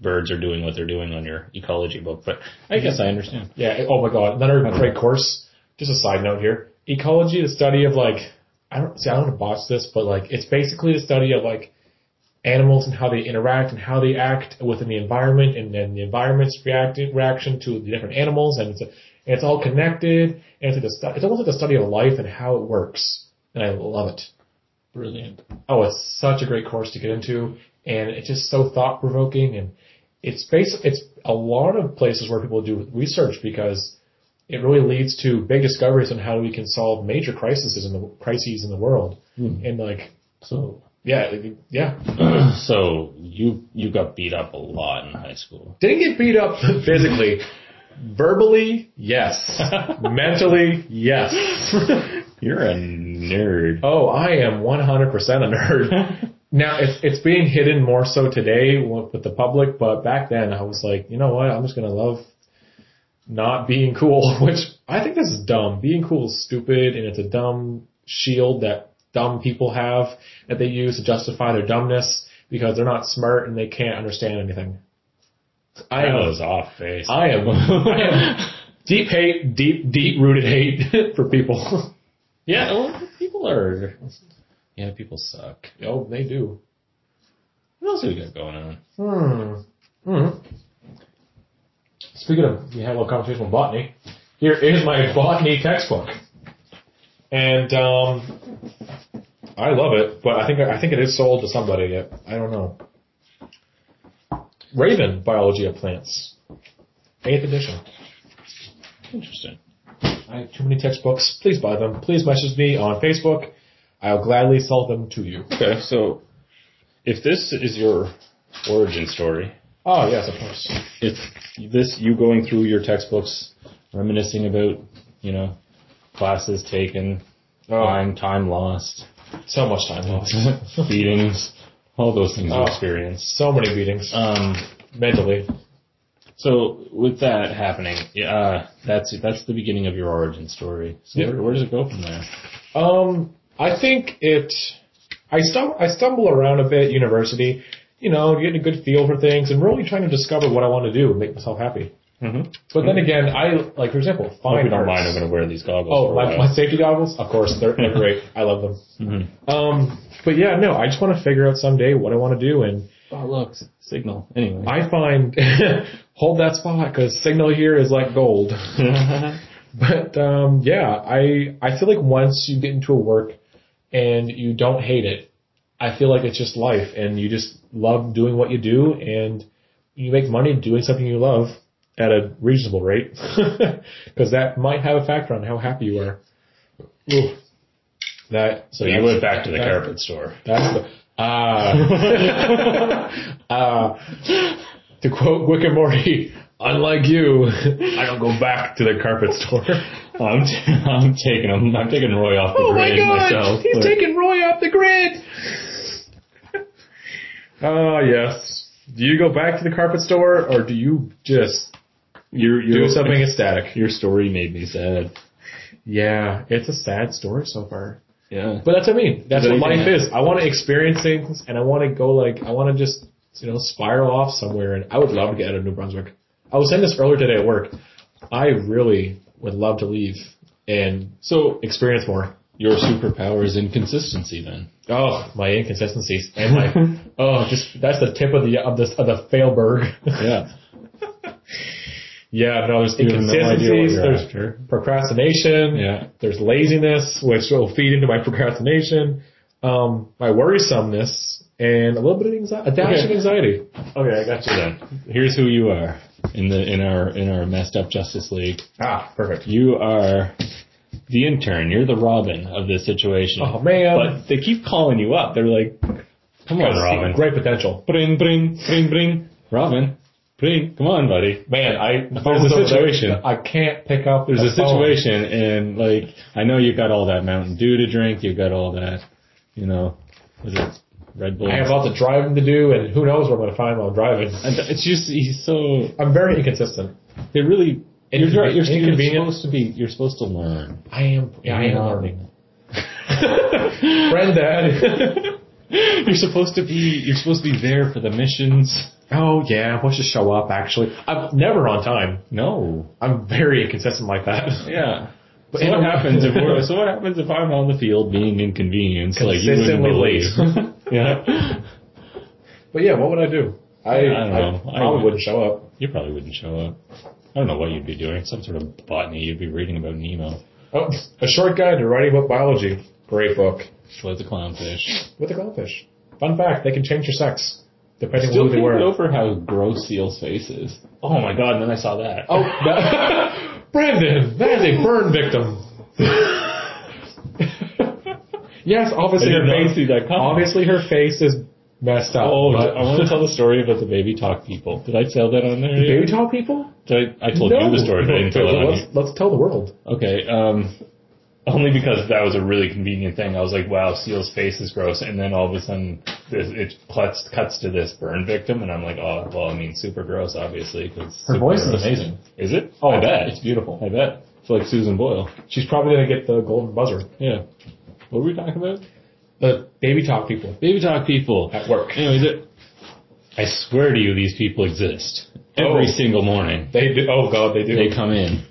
Speaker 2: birds are doing what they're doing on your ecology book, but I guess I understand.
Speaker 3: Yeah. it- Oh my God. Another great course. Just a side note here. Ecology, the study of like, I don't see, I don't want to botch this, but like, it's basically the study of like animals and how they interact and how they act within the environment and then the environment's reacting, reaction to the different animals and it's, and it's all connected and it's like a stu- it's almost like the study of life and how it works. And I love it.
Speaker 2: Brilliant.
Speaker 3: Oh, it's such a great course to get into, and it's just so thought provoking, and it's basi- It's a lot of places where people do research because it really leads to big discoveries on how we can solve major crises in the crises in the world. And like,
Speaker 2: So,
Speaker 3: yeah, like, yeah,
Speaker 2: so you you got beat up a lot in high school.
Speaker 3: didn't get beat up physically. Verbally, yes. Mentally, yes.
Speaker 2: You're a nerd.
Speaker 3: oh, I am 100% a nerd. now, it's, it's being hidden more so today with, with the public, but back then I was like, you know what? I'm just going to love not being cool, which I think this is dumb. Being cool is stupid and it's a dumb shield that dumb people have that they use to justify their dumbness because they're not smart and they can't understand anything. I
Speaker 2: That
Speaker 3: am
Speaker 2: was off base.
Speaker 3: I am, I am deep hate, deep, deep rooted hate for people.
Speaker 2: yeah, well, people are. Yeah, people suck.
Speaker 3: oh, they do.
Speaker 2: What else do we got going on?
Speaker 3: Hmm. Hmm. Speaking of, we had a little conversation with botany. Here is my botany textbook, and um, I love it, but I think I think it is sold to somebody yet. I don't know. Raven Biology of Plants, eighth edition.
Speaker 2: Interesting.
Speaker 3: I have too many textbooks. Please buy them. Please message me on Facebook. I'll gladly sell them to you.
Speaker 2: Okay, so if this is your origin story,
Speaker 3: Oh yes, of course.
Speaker 2: it's this you going through your textbooks, reminiscing about you know classes taken,
Speaker 3: Oh.
Speaker 2: time time lost,
Speaker 3: So much time lost.
Speaker 2: beatings, all those things you
Speaker 3: Oh.
Speaker 2: experienced.
Speaker 3: So many beatings
Speaker 2: Um,
Speaker 3: mentally.
Speaker 2: so with that happening, yeah, uh, that's that's the beginning of your origin story. So
Speaker 3: Yeah.
Speaker 2: where, where does it go from there?
Speaker 3: Um, I think it. I stum- I stumble around a bit at university, you know, getting a good feel for things and really trying to discover what I want to do and make myself happy.
Speaker 2: Mm-hmm.
Speaker 3: But then again, I like for example,
Speaker 2: If
Speaker 3: fine
Speaker 2: you don't
Speaker 3: arts.
Speaker 2: mind, I'm going to wear these goggles.
Speaker 3: Oh,
Speaker 2: for a
Speaker 3: my,
Speaker 2: while.
Speaker 3: my safety goggles? Of course, they're, they're great. I love them.
Speaker 2: Mhm.
Speaker 3: Um, but yeah, no, I just want to figure out someday what I want to do, and
Speaker 2: Oh, look, s- signal. Anyway.
Speaker 3: I find hold that spot because signal here is like gold. But um, yeah, I I feel like once you get into a work and you don't hate it, I feel like it's just life, and you just love doing what you do, and you make money doing something you love at a reasonable rate, because that might have a factor on how happy you are. Ooh. That
Speaker 2: so you went back to the
Speaker 3: that-
Speaker 2: carpet store.
Speaker 3: That's the ah ah. To quote Wick and Morty, unlike you, I don't go back to the carpet store.
Speaker 2: I'm, t- I'm taking him. I'm taking Roy off the
Speaker 3: Oh my
Speaker 2: grid
Speaker 3: god,
Speaker 2: myself.
Speaker 3: he's
Speaker 2: but-
Speaker 3: taking Roy off the grid. Ah, yes. Do you go back to the carpet store, or do you just
Speaker 2: Your,
Speaker 3: do
Speaker 2: your,
Speaker 3: something ecstatic?
Speaker 2: Your story made me sad.
Speaker 3: Yeah, it's a sad story so far.
Speaker 2: Yeah.
Speaker 3: But that's what I mean. That's
Speaker 2: Is
Speaker 3: what
Speaker 2: there
Speaker 3: life
Speaker 2: anything-
Speaker 3: is. I want to experience things, and I want to go like I want to just you know spiral off somewhere. And I would love to get out of New Brunswick. I was saying this earlier today at work. I really would love to leave and
Speaker 2: so
Speaker 3: experience more.
Speaker 2: your superpower is inconsistency, then.
Speaker 3: Oh, my inconsistencies and my oh, just that's the tip of the of the of the failberg.
Speaker 2: Yeah.
Speaker 3: yeah, no, there's
Speaker 2: You have no idea what
Speaker 3: inconsistencies.
Speaker 2: you're
Speaker 3: there's
Speaker 2: after.
Speaker 3: procrastination.
Speaker 2: Yeah.
Speaker 3: There's laziness, which will feed into my procrastination, um, my worrisomeness, and a little bit of anxiety, a dash
Speaker 2: Okay.
Speaker 3: of anxiety.
Speaker 2: Okay, I got you then. Here's who you are in the in our in our messed up Justice League.
Speaker 3: Ah, perfect.
Speaker 2: You are the intern. You're the Robin of this situation.
Speaker 3: Oh man,
Speaker 2: But they keep calling you up. They're like, "Come on, Robin.
Speaker 3: great potential.
Speaker 2: Bring, bring, bring, bring, Robin. Bring, come on, buddy.
Speaker 3: Man, I
Speaker 2: There's a situation.
Speaker 3: I can't pick up.
Speaker 2: There's a
Speaker 3: the phone.
Speaker 2: situation, and like I know you got all that Mountain Dew to drink. You got all that, you know, was it Red Bull?
Speaker 3: I have lots of driving to do, and who knows what I'm going to find while I'm driving.
Speaker 2: And it's just he's so.
Speaker 3: I'm very inconsistent.
Speaker 2: They really. You're,
Speaker 3: Inconven-
Speaker 2: you're, you're
Speaker 3: inconvenient.
Speaker 2: supposed to be. You're supposed to learn.
Speaker 3: I am. Yeah, I am
Speaker 2: Not-
Speaker 3: learning. Granddad.
Speaker 2: You're supposed to be. You're supposed to be there for the missions.
Speaker 3: oh yeah, I wish to show up. Actually, I'm never on time.
Speaker 2: No.
Speaker 3: I'm very inconsistent like that.
Speaker 2: Yeah.
Speaker 3: But
Speaker 2: So
Speaker 3: in
Speaker 2: what
Speaker 3: a-
Speaker 2: happens if we're, so what happens if I'm on the field being inconvenienced like you wouldn't
Speaker 3: Consistently
Speaker 2: believe?
Speaker 3: late.
Speaker 2: yeah,
Speaker 3: But yeah, what would I do? I,
Speaker 2: I don't know. I
Speaker 3: probably
Speaker 2: would-
Speaker 3: wouldn't show up.
Speaker 2: you probably wouldn't show up. I don't know what you'd be doing. Some sort of botany. You'd be reading about Nemo.
Speaker 3: Oh, a short guide to writing about biology. Great book.
Speaker 2: Flood the clownfish.
Speaker 3: With a goldfish. Fun fact: they can change your sex depending
Speaker 2: Still
Speaker 3: on who they
Speaker 2: can't get
Speaker 3: were.
Speaker 2: over how gross Seal's face is. Oh my god! And then I saw that.
Speaker 3: Oh, that, Brandon, that is a burn victim. yes,
Speaker 2: I
Speaker 3: obviously
Speaker 2: did
Speaker 3: her
Speaker 2: not
Speaker 3: face.
Speaker 2: see that comment.
Speaker 3: Obviously, her face is messed up.
Speaker 2: Oh,
Speaker 3: but-
Speaker 2: I want to tell the story about the baby talk people. Did I tell that on there? yet?
Speaker 3: baby talk people.
Speaker 2: Did I, I told you the story, but I didn't tell it on
Speaker 3: let's, let's tell the world.
Speaker 2: you. Okay, um, only because that was a really convenient thing. I was like, wow, Seal's face is gross, and then all of a sudden this, it cuts, cuts to this burn victim, and I'm like, oh, well, I mean, super gross, obviously. 'cause it's
Speaker 3: Her
Speaker 2: super
Speaker 3: voice is
Speaker 2: gross.
Speaker 3: amazing.
Speaker 2: Is it? Oh, I bet.
Speaker 3: it's beautiful.
Speaker 2: I bet. It's like Susan Boyle.
Speaker 3: She's probably gonna get the golden buzzer.
Speaker 2: Yeah. Uh, What were we talking about?
Speaker 3: The baby talk people
Speaker 2: Baby talk people.
Speaker 3: at work.
Speaker 2: Anyways, it, I swear to you, these people exist every
Speaker 3: Oh.
Speaker 2: single morning.
Speaker 3: They do. Oh God, they do.
Speaker 2: They come in.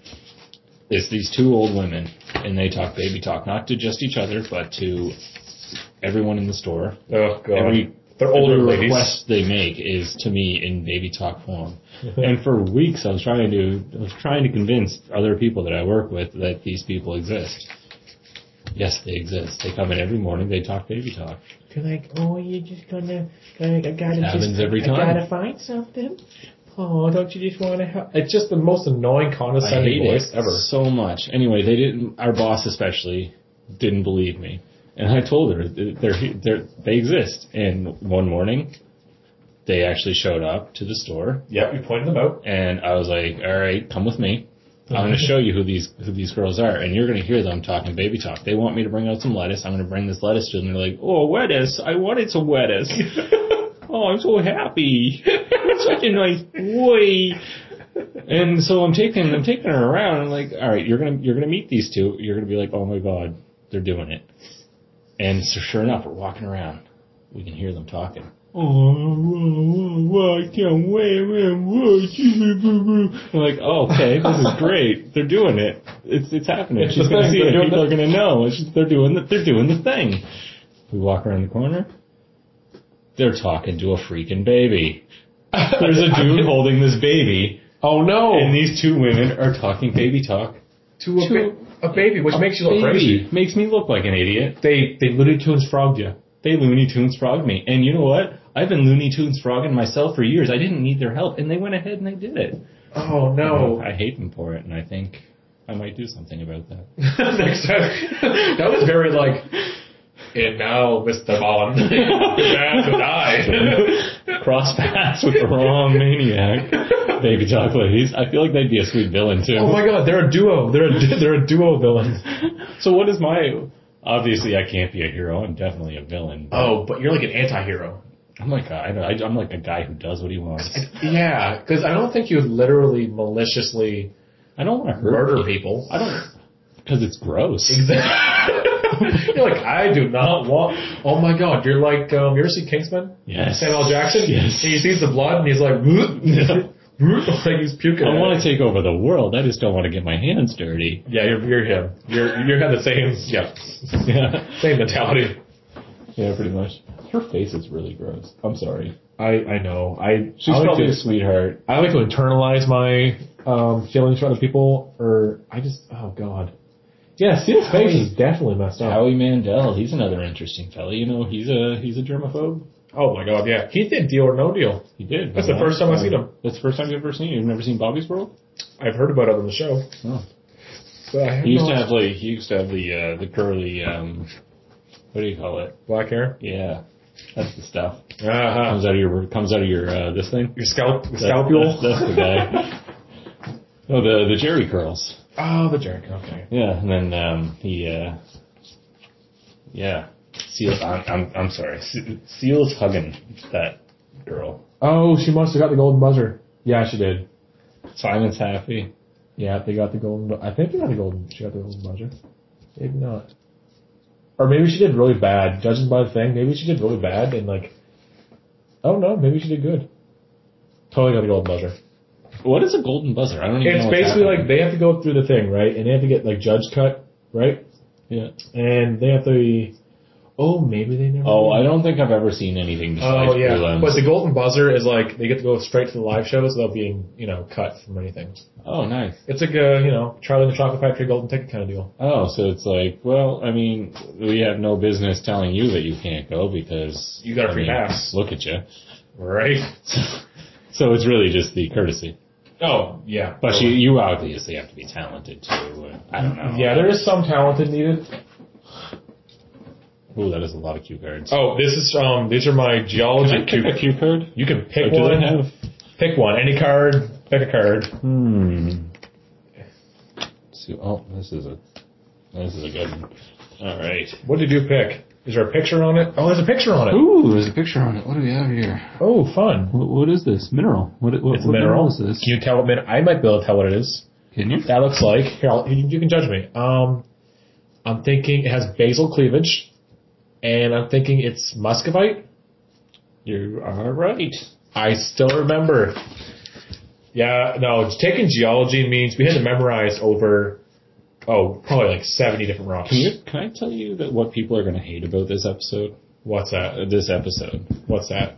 Speaker 2: It's these two old women, and they talk baby talk, not to just each other, but to everyone in the store.
Speaker 3: oh God,
Speaker 2: Every
Speaker 3: they're older
Speaker 2: every
Speaker 3: ladies.
Speaker 2: request they make is to me in baby talk form. and for weeks, I was trying to I was trying to convince other people that I work with that these people exist. Yes, they exist. They come in every morning. They talk baby talk.
Speaker 4: They're like, oh, you're just gonna, gonna I gotta
Speaker 2: Happens
Speaker 4: just,
Speaker 2: every
Speaker 4: I
Speaker 2: time.
Speaker 4: gotta find something. Oh, don't you just wanna help?
Speaker 3: It's just the most annoying
Speaker 2: I
Speaker 3: condescending
Speaker 2: hate
Speaker 3: voice
Speaker 2: it
Speaker 3: ever.
Speaker 2: so much. Anyway, they didn't. Our boss especially didn't believe me, and I told her that they're, they're, they exist. And one morning, they actually showed up to the store,
Speaker 3: Yep, you pointed them out.
Speaker 2: and I was like, "All right, come with me. I'm going to show you who these who these girls are, and you're going to hear them talking baby talk. They want me to bring out some lettuce. I'm going to bring this lettuce to them. They're like, "Oh, lettuce! I wanted some lettuce. oh, I'm so happy. Such a nice boy." And so I'm taking I'm taking her around. I'm like, "All right, you're gonna you're gonna meet these two. You're gonna be like, oh my god, they're doing it." And so sure enough, we're walking around. We can hear them talking. Oh, whoa, whoa, whoa, I can't wait, man. Whoa, gee, boo, boo, boo. I'm like, oh, okay, this is great. They're doing it. It's it's happening.
Speaker 3: It's
Speaker 2: She's
Speaker 3: the
Speaker 2: gonna
Speaker 3: thing.
Speaker 2: see
Speaker 3: They're
Speaker 2: it.
Speaker 3: doing
Speaker 2: People
Speaker 3: the-
Speaker 2: are gonna know. It's just- they're doing the, they're doing the thing. We walk around the corner. They're talking to a freaking baby. There's a dude holding this baby,
Speaker 3: Oh no,
Speaker 2: and these two women are talking baby talk.
Speaker 3: to, a,
Speaker 2: to
Speaker 3: ba- a baby, which makes you look crazy.
Speaker 2: Baby makes me look like an idiot.
Speaker 3: They they Looney Tunes frogged you.
Speaker 2: they Looney Tunes frogged me. And you know what? I've been Looney Tunes frogging myself for years. I didn't need their help, and they went ahead and they did it.
Speaker 3: Oh no.
Speaker 2: I hate them for it, and I think I might do something about that.
Speaker 3: Next time, that was very like. And now, Mr. Bond, prepare to die.
Speaker 2: Cross paths with the wrong maniac, baby talk ladies. I feel like they'd be a sweet villain too.
Speaker 3: Oh my God, they're a duo. They're a they're a duo villain.
Speaker 2: so what is my? Obviously, I can't be a hero. I'm definitely a villain.
Speaker 3: Oh, but you're like an anti-hero.
Speaker 2: I'm like a, I know, I, I'm like a guy who does what he wants.
Speaker 3: Yeah, because I don't think you would literally maliciously
Speaker 2: I don't want to hurt.
Speaker 3: murder people.
Speaker 2: I don't because it's gross.
Speaker 3: Exactly. you're like, I do not want. Oh my God, you're like, um, you ever see Kingsman?
Speaker 2: Yes.
Speaker 3: Samuel L. Jackson.
Speaker 2: Yes.
Speaker 3: He sees the blood and he's like, like he's puking.
Speaker 2: I want
Speaker 3: to.
Speaker 2: to take over the world. I just don't want to get my hands dirty.
Speaker 3: Yeah, you're you're him. You're you had the same yeah
Speaker 2: yeah,
Speaker 3: same mentality.
Speaker 2: pretty much. Her face is really gross. I'm sorry.
Speaker 3: I I know. I
Speaker 2: She's
Speaker 3: I like
Speaker 2: probably
Speaker 3: to,
Speaker 2: a sweetheart.
Speaker 3: I like to internalize my um feelings for other people, or I just oh god. Yeah, Seal's face is definitely messed up.
Speaker 2: Oh. Howie Mandel, he's another interesting fella. You know, he's a he's a germaphobe.
Speaker 3: Oh my god, yeah. He did Deal or No Deal.
Speaker 2: He did.
Speaker 3: That's the first time I've seen him.
Speaker 2: That's the first time you've ever seen him. You've never seen Bobby's World.
Speaker 3: I've heard about it on the show.
Speaker 2: Oh.
Speaker 3: But I have
Speaker 2: He used
Speaker 3: not-
Speaker 2: to have like he used to have the uh, the curly um, what do you call it?
Speaker 3: black hair.
Speaker 2: Yeah, that's the stuff
Speaker 3: Uh-huh.
Speaker 2: comes out of your comes out of your uh, this thing.
Speaker 3: Your scalp, your
Speaker 2: That-
Speaker 3: scalpel.
Speaker 2: That's, that's the guy. No, the the Jerry curls.
Speaker 3: oh, the jerk. Okay.
Speaker 2: Yeah, and then um, he, uh, yeah, seals. I'm, I'm, I'm sorry. Se- Seals hugging that girl.
Speaker 3: Oh, she must have got the golden buzzer. Yeah, she did.
Speaker 2: Simon's happy.
Speaker 3: Yeah, they got the golden. bu- I think they got the golden. She got the golden buzzer. Maybe not. Or maybe she did really bad. Judging by the thing, maybe she did really bad and like. Oh no, maybe she did good. Totally got the golden buzzer.
Speaker 2: What is a golden buzzer? I don't even.
Speaker 3: It's
Speaker 2: know
Speaker 3: basically like they have to go through the thing, right? And they have to get like judge cut, right?
Speaker 2: Yeah.
Speaker 3: And they have to. Oh, maybe they never.
Speaker 2: Oh, I don't think I've ever seen anything besides
Speaker 3: Oh yeah,
Speaker 2: Blue Lens.
Speaker 3: but the golden buzzer is like they get to go straight to the live shows without being you know cut from anything.
Speaker 2: oh, nice.
Speaker 3: It's like a you know Charlie and the Chocolate Factory golden ticket kind of deal.
Speaker 2: Oh, so it's like, well, I mean, we have no business telling you that you can't go because
Speaker 3: You got a
Speaker 2: I
Speaker 3: free
Speaker 2: mean,
Speaker 3: pass.
Speaker 2: Look at you.
Speaker 3: Right.
Speaker 2: So it's really just the courtesy. Oh,
Speaker 3: Yeah,
Speaker 2: but you, you obviously have to be talented too. and I don't know.
Speaker 3: Yeah, there is some talented needed.
Speaker 2: Ooh, that is a lot of cue cards.
Speaker 3: Oh, this is um. These are my geology.
Speaker 2: Can I pick
Speaker 3: cube-
Speaker 2: a cue card?
Speaker 3: You can
Speaker 2: Or
Speaker 3: pick
Speaker 2: do
Speaker 3: one.
Speaker 2: they have?
Speaker 3: Pick one. Any card. Pick a card.
Speaker 2: Hmm. So, oh, this is a this is a good one. All right.
Speaker 3: What did you pick? Is there a picture on it? Oh, there's a picture on it.
Speaker 2: Ooh, there's a picture on it. What do we have here?
Speaker 3: Oh, fun.
Speaker 2: What, what is this mineral? What, what,
Speaker 3: It's a
Speaker 2: what
Speaker 3: mineral.
Speaker 2: mineral is this?
Speaker 3: Can you tell what min- I might be able to tell what it is.
Speaker 2: Can you?
Speaker 3: That looks like. Here, I'll, you, you can judge me. Um, I'm thinking it has basal cleavage, and I'm thinking it's muscovite.
Speaker 2: You are right.
Speaker 3: I still remember. Yeah, no, taking geology means we had to memorize over, oh, probably like 70 different rocks.
Speaker 2: Can you? Can I tell you that what people are going to hate about this episode?
Speaker 3: What's that?
Speaker 2: Uh, this episode,
Speaker 3: What's that?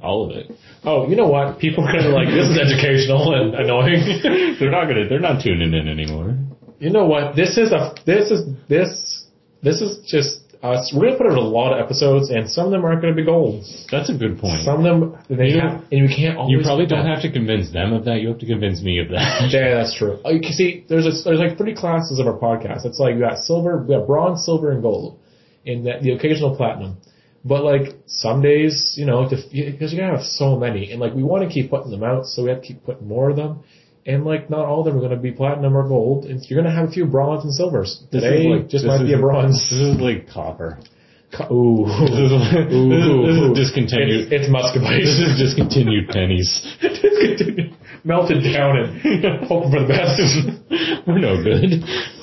Speaker 2: all of it.
Speaker 3: Oh, you know what? People are going to like, this is educational and annoying.
Speaker 2: they're not gonna. They're not tuning in anymore.
Speaker 3: you know what? This is a, this is, this, this is just us. We're going to put out a lot of episodes and some of them aren't going to be gold.
Speaker 2: That's a good point.
Speaker 3: Some of them, they
Speaker 2: You-
Speaker 3: have, and we can't always.
Speaker 2: you probably don't have to convince them of that. You have to convince me of that.
Speaker 3: Yeah, that's true. Oh, You can see, there's a, there's like three classes of our podcast. It's like we got silver, we got bronze, silver, and gold, and that, the occasional platinum. But like some days, you know, because you, 'cause you gotta have so many, and like we want to keep putting them out, so we have to keep putting more of them. And like not all of them are gonna be platinum or gold, and you're gonna have a few bronze and silvers.
Speaker 2: This is
Speaker 3: Today
Speaker 2: like- this
Speaker 3: just might be
Speaker 2: is-
Speaker 3: a bronze.
Speaker 2: This is like copper.
Speaker 3: Co- Ooh,
Speaker 2: This is, like- this is- this is
Speaker 3: Ooh.
Speaker 2: discontinued.
Speaker 3: It's, it's
Speaker 2: this
Speaker 3: muscovite.
Speaker 2: is discontinued pennies.
Speaker 3: Melted down and hoping for the best.
Speaker 2: We're no good.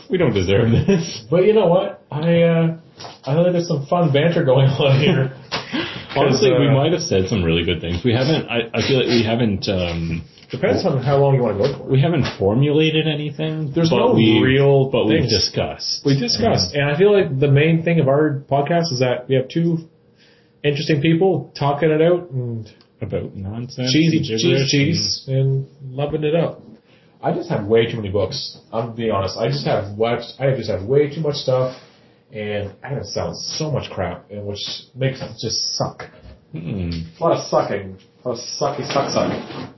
Speaker 2: We don't deserve this.
Speaker 3: But you know what? I uh, I think there's some fun banter going on here.
Speaker 2: Honestly, we
Speaker 3: uh,
Speaker 2: might have said some really good things. We haven't. I, I feel like we haven't. Um,
Speaker 3: Depends on how long you want to go for.
Speaker 2: we haven't formulated anything.
Speaker 3: There's
Speaker 2: but
Speaker 3: no
Speaker 2: we,
Speaker 3: real
Speaker 2: But we've
Speaker 3: things.
Speaker 2: discussed.
Speaker 3: We discussed, and I feel like the main thing of our podcast is that we have two interesting people talking it out and
Speaker 2: about nonsense,
Speaker 3: cheesy cheese,
Speaker 2: gibberish,
Speaker 3: cheese, and loving it up. I just have way too many books. I'm being honest. I just have watched. I just have way too much stuff, and I have sound so much crap, and which makes it just suck.
Speaker 2: and- Hmm.
Speaker 3: A lot of sucking. A lot of sucky suck suck.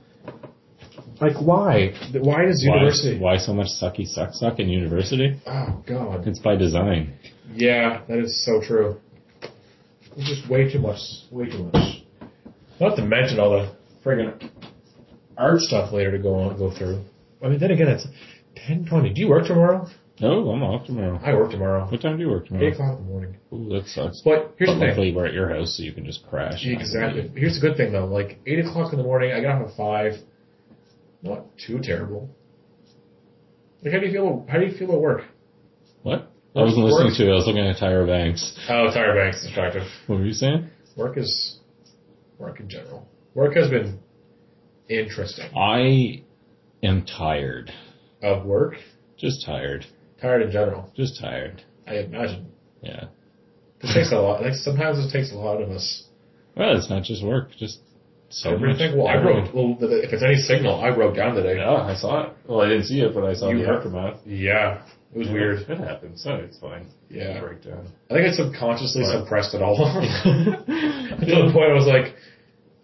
Speaker 3: Like why? Why does
Speaker 2: Why-
Speaker 3: university?
Speaker 2: Why, so much sucky suck suck in university?
Speaker 3: Oh god.
Speaker 2: It's by design.
Speaker 3: Yeah, that is so true. It's just way too much. Way too much. Not to mention all the friggin' art stuff later to go on go through. I mean, then again, it's ten twenty. Do you work tomorrow?
Speaker 2: Oh, I'm off tomorrow.
Speaker 3: I work tomorrow.
Speaker 2: What time do you work tomorrow?
Speaker 3: Eight o'clock in the morning.
Speaker 2: Ooh, that sucks.
Speaker 3: But here's
Speaker 2: But
Speaker 3: the thing.
Speaker 2: luckily we're at your house, so you can just crash.
Speaker 3: Exactly. Here's the good thing though. Like eight o'clock in the morning, I get off at five. Not too terrible. Like how do you feel? How do you feel at work?
Speaker 2: What? I wasn't listening
Speaker 3: Work.
Speaker 2: to it. I was looking at Tyra Banks.
Speaker 3: Oh, tire banks distractive.
Speaker 2: What were you saying?
Speaker 3: Work is work in general. Work has been interesting.
Speaker 2: I am tired.
Speaker 3: Of work,
Speaker 2: Just tired.
Speaker 3: tired in general.
Speaker 2: Just tired.
Speaker 3: I imagine
Speaker 2: Yeah.
Speaker 3: it takes a lot. Like sometimes it takes a lot of us.
Speaker 2: Well, it's not just work. Just so
Speaker 3: Everything.
Speaker 2: much.
Speaker 3: Well, I
Speaker 2: everything.
Speaker 3: wrote. Well, th- if it's any signal, I wrote down today.
Speaker 2: Yeah, I saw it. Well, I didn't see it, but I saw
Speaker 3: You
Speaker 2: the
Speaker 3: were-
Speaker 2: aftermath.
Speaker 3: Yeah, it was weird.
Speaker 2: It happened, so it's fine.
Speaker 3: Yeah.
Speaker 2: Breakdown.
Speaker 3: I think I subconsciously
Speaker 2: Right.
Speaker 3: suppressed it all. Until the point I was like,